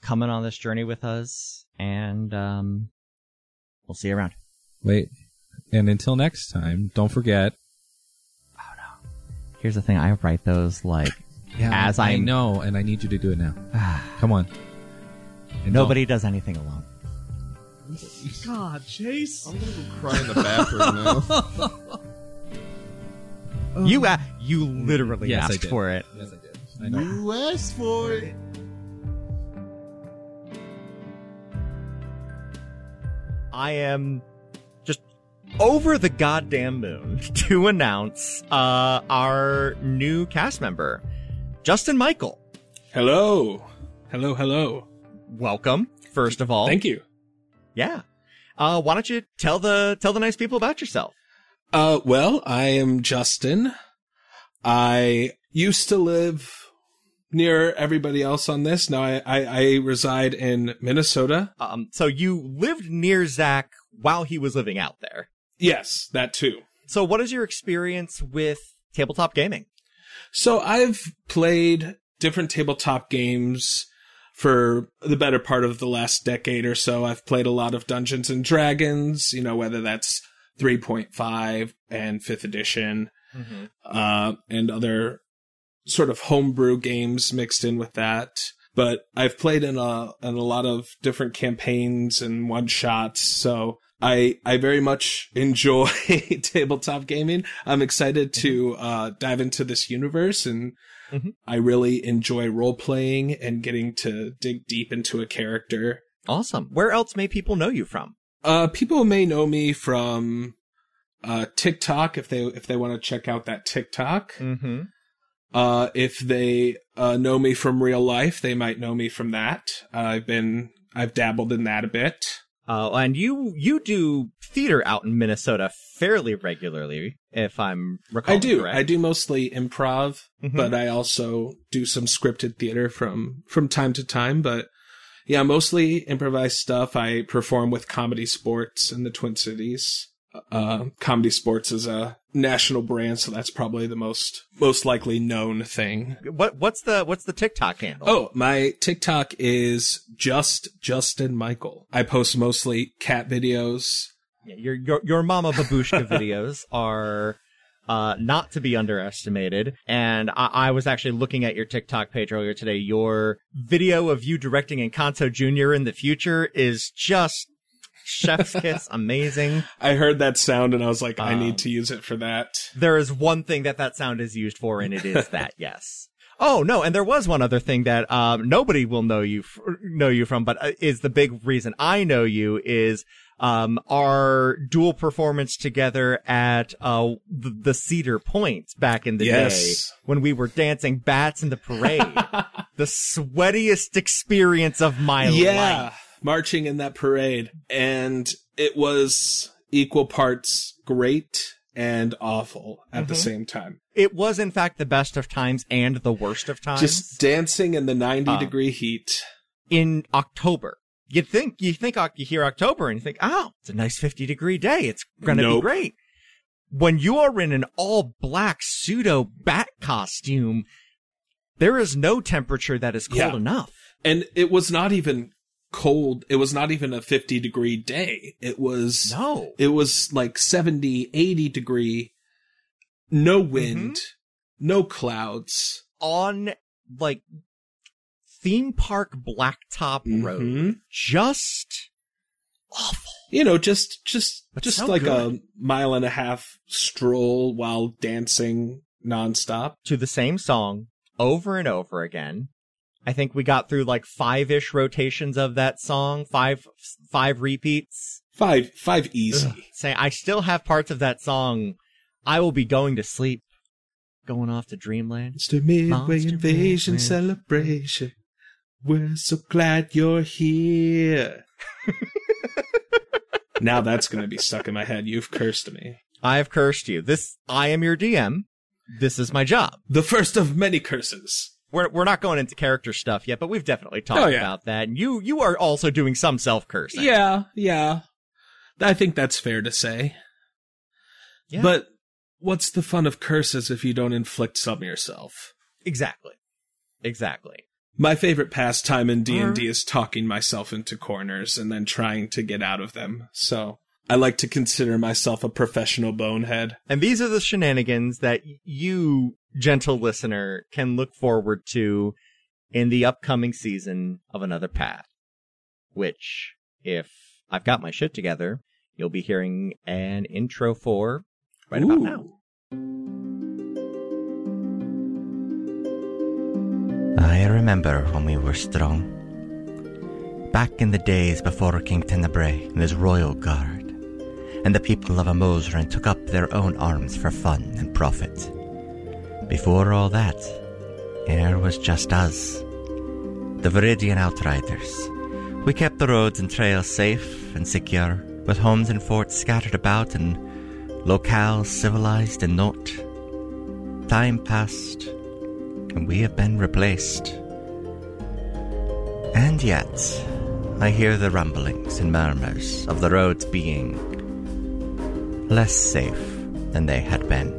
[SPEAKER 1] coming on this journey with us, and um, we'll see you around.
[SPEAKER 2] Wait, and until next time, don't forget
[SPEAKER 1] Here's the thing: I write those like
[SPEAKER 2] Yeah,
[SPEAKER 1] As
[SPEAKER 2] I
[SPEAKER 1] I'm-
[SPEAKER 2] know, and I need you to do it now. Come on. And
[SPEAKER 1] nobody does anything alone.
[SPEAKER 4] God, Chase.
[SPEAKER 3] I'm gonna go cry in the bathroom now.
[SPEAKER 1] You a- you literally
[SPEAKER 2] Yes, I
[SPEAKER 1] asked
[SPEAKER 2] did.
[SPEAKER 1] for it.
[SPEAKER 2] don't- Yes, I did. I know.
[SPEAKER 3] you asked for it.
[SPEAKER 1] I am just over the goddamn moon to announce uh, our new cast member, Justin Michael.
[SPEAKER 6] Hello. Hello, hello.
[SPEAKER 1] Welcome, first of all.
[SPEAKER 6] Thank you.
[SPEAKER 1] Yeah. Uh, why don't you tell the tell the nice people about yourself?
[SPEAKER 6] Uh, well, I am Justin. I used to live near everybody else on this. Now I, I, I reside in Minnesota.
[SPEAKER 1] Um, so you lived near Zach while he was living out there.
[SPEAKER 6] Yes, that too.
[SPEAKER 1] So what is your experience with tabletop gaming?
[SPEAKER 6] So I've played different tabletop games for the better part of the last decade or so. I've played a lot of Dungeons and Dragons, you know, whether that's 3.5 and 5th edition, uh, and other sort of homebrew games mixed in with that. But I've played in a in a lot of different campaigns and one shots, so I I very much enjoy tabletop gaming. I'm excited to uh, dive into this universe, and
[SPEAKER 1] Mhm.
[SPEAKER 6] I really enjoy role playing and getting to dig deep into a character.
[SPEAKER 1] Awesome. Where else may people know you from?
[SPEAKER 6] Uh, people may know me from uh, TikTok if they if they want to check out that TikTok.
[SPEAKER 1] Mm-hmm.
[SPEAKER 6] Uh, if they uh, know me from real life, they might know me from that. Uh, I've been I've dabbled in that a bit.
[SPEAKER 1] Uh, and you you do theater out in Minnesota fairly regularly, if I'm
[SPEAKER 6] I
[SPEAKER 1] recalling.
[SPEAKER 6] do.
[SPEAKER 1] correct.
[SPEAKER 6] I do mostly improv,
[SPEAKER 1] Mhm.
[SPEAKER 6] but I also do some scripted theater from from time to time. But yeah, mostly improvised stuff. I perform with Comedy Sports in the Twin Cities. Uh, Comedy Sports is a national brand, so that's probably the most most likely known thing.
[SPEAKER 1] What what's the what's the TikTok handle?
[SPEAKER 6] Oh, my TikTok is just Justin Michael. I post mostly cat videos.
[SPEAKER 1] Yeah, your your your mama babushka videos are uh, not to be underestimated. And I, I was actually looking at your TikTok page earlier today. Your video of you directing Encanto Jr. in the future is just chef's kiss amazing.
[SPEAKER 6] I heard that sound and I was like, I
[SPEAKER 1] Um,
[SPEAKER 6] need to use it for that.
[SPEAKER 1] There is one thing that that sound is used for, and it is that, yes. Oh no, and there was one other thing that um, nobody will know you f- know you from, but uh, is the big reason I know you is um, our dual performance together at uh, the, the Cedar Point back in the
[SPEAKER 6] Yes.
[SPEAKER 1] day when we were dancing bats in the parade. the sweatiest experience of my
[SPEAKER 6] yeah,
[SPEAKER 1] life.
[SPEAKER 6] marching in that parade, and it was equal parts great and awful at
[SPEAKER 1] Mm-hmm.
[SPEAKER 6] the same time.
[SPEAKER 1] It was in fact the best of times and the worst of times.
[SPEAKER 6] Just dancing in the ninety
[SPEAKER 1] Uh,
[SPEAKER 6] degree heat.
[SPEAKER 1] in October. You think you think Oc- you hear October and you think, oh, it's a nice fifty degree day. It's gonna
[SPEAKER 6] Nope.
[SPEAKER 1] be great. When you are in an all black pseudo bat costume, there is no temperature that is cold
[SPEAKER 6] Yeah.
[SPEAKER 1] enough.
[SPEAKER 6] And it was not even cold. It was not even a 50 degree day. It was,
[SPEAKER 1] No.
[SPEAKER 6] it was like 70, 80 degree, no wind, no clouds.
[SPEAKER 1] On like theme park blacktop road.
[SPEAKER 6] Mhm.
[SPEAKER 1] Just awful.
[SPEAKER 6] You know, just, just,
[SPEAKER 1] But
[SPEAKER 6] just
[SPEAKER 1] so
[SPEAKER 6] like a
[SPEAKER 1] good.
[SPEAKER 6] mile and a half stroll while dancing nonstop.
[SPEAKER 1] to the same song over and over again. I think we got through like five-ish rotations of that song, five five repeats.
[SPEAKER 6] Five, five easy.
[SPEAKER 1] Say I still have parts of that song. I will be going to sleep, going off to dreamland.
[SPEAKER 6] It's the Midway
[SPEAKER 1] Monster
[SPEAKER 6] Invasion
[SPEAKER 1] Midway.
[SPEAKER 6] celebration. We're so glad you're here. now that's going to be stuck in my head. You've cursed me.
[SPEAKER 1] I have cursed you. This I am your DM. This is my job.
[SPEAKER 6] The first of many curses.
[SPEAKER 1] We're we're not going into character stuff yet, but we've definitely talked
[SPEAKER 6] Oh, yeah.
[SPEAKER 1] about that. And you you are also doing some self cursing.
[SPEAKER 6] Yeah, yeah. I think that's fair to say.
[SPEAKER 1] Yeah.
[SPEAKER 6] But what's the fun of curses if you don't inflict some yourself?
[SPEAKER 1] exactly, exactly.
[SPEAKER 6] My favorite pastime in D&D
[SPEAKER 1] Alright.
[SPEAKER 6] is talking myself into corners and then trying to get out of them. So, I like to consider myself a professional bonehead.
[SPEAKER 1] And these are the shenanigans that you, gentle listener, can look forward to in the upcoming season of Another Path, which, if I've got my shit together, you'll be hearing an intro for right about
[SPEAKER 6] Ooh.
[SPEAKER 1] now. I remember when we were strong. Back in the days before King Tenebrae and his royal guard, and the people of Amosran took up their own arms for fun and profit. Before all that, there was just us, the Viridian Outriders. We kept the roads and trails safe and secure, with homes and forts scattered about and locales civilized and not. Time passed, and we have been replaced. And yet, I hear the rumblings and murmurs of the roads being less safe than they had been.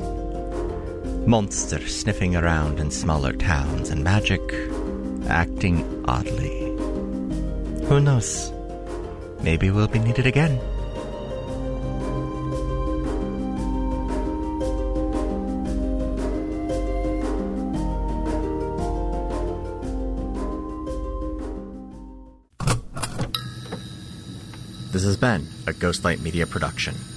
[SPEAKER 1] Monsters sniffing around in smaller towns and magic acting oddly. Who knows? Maybe we'll be needed again. This has been a Ghostlight Media production.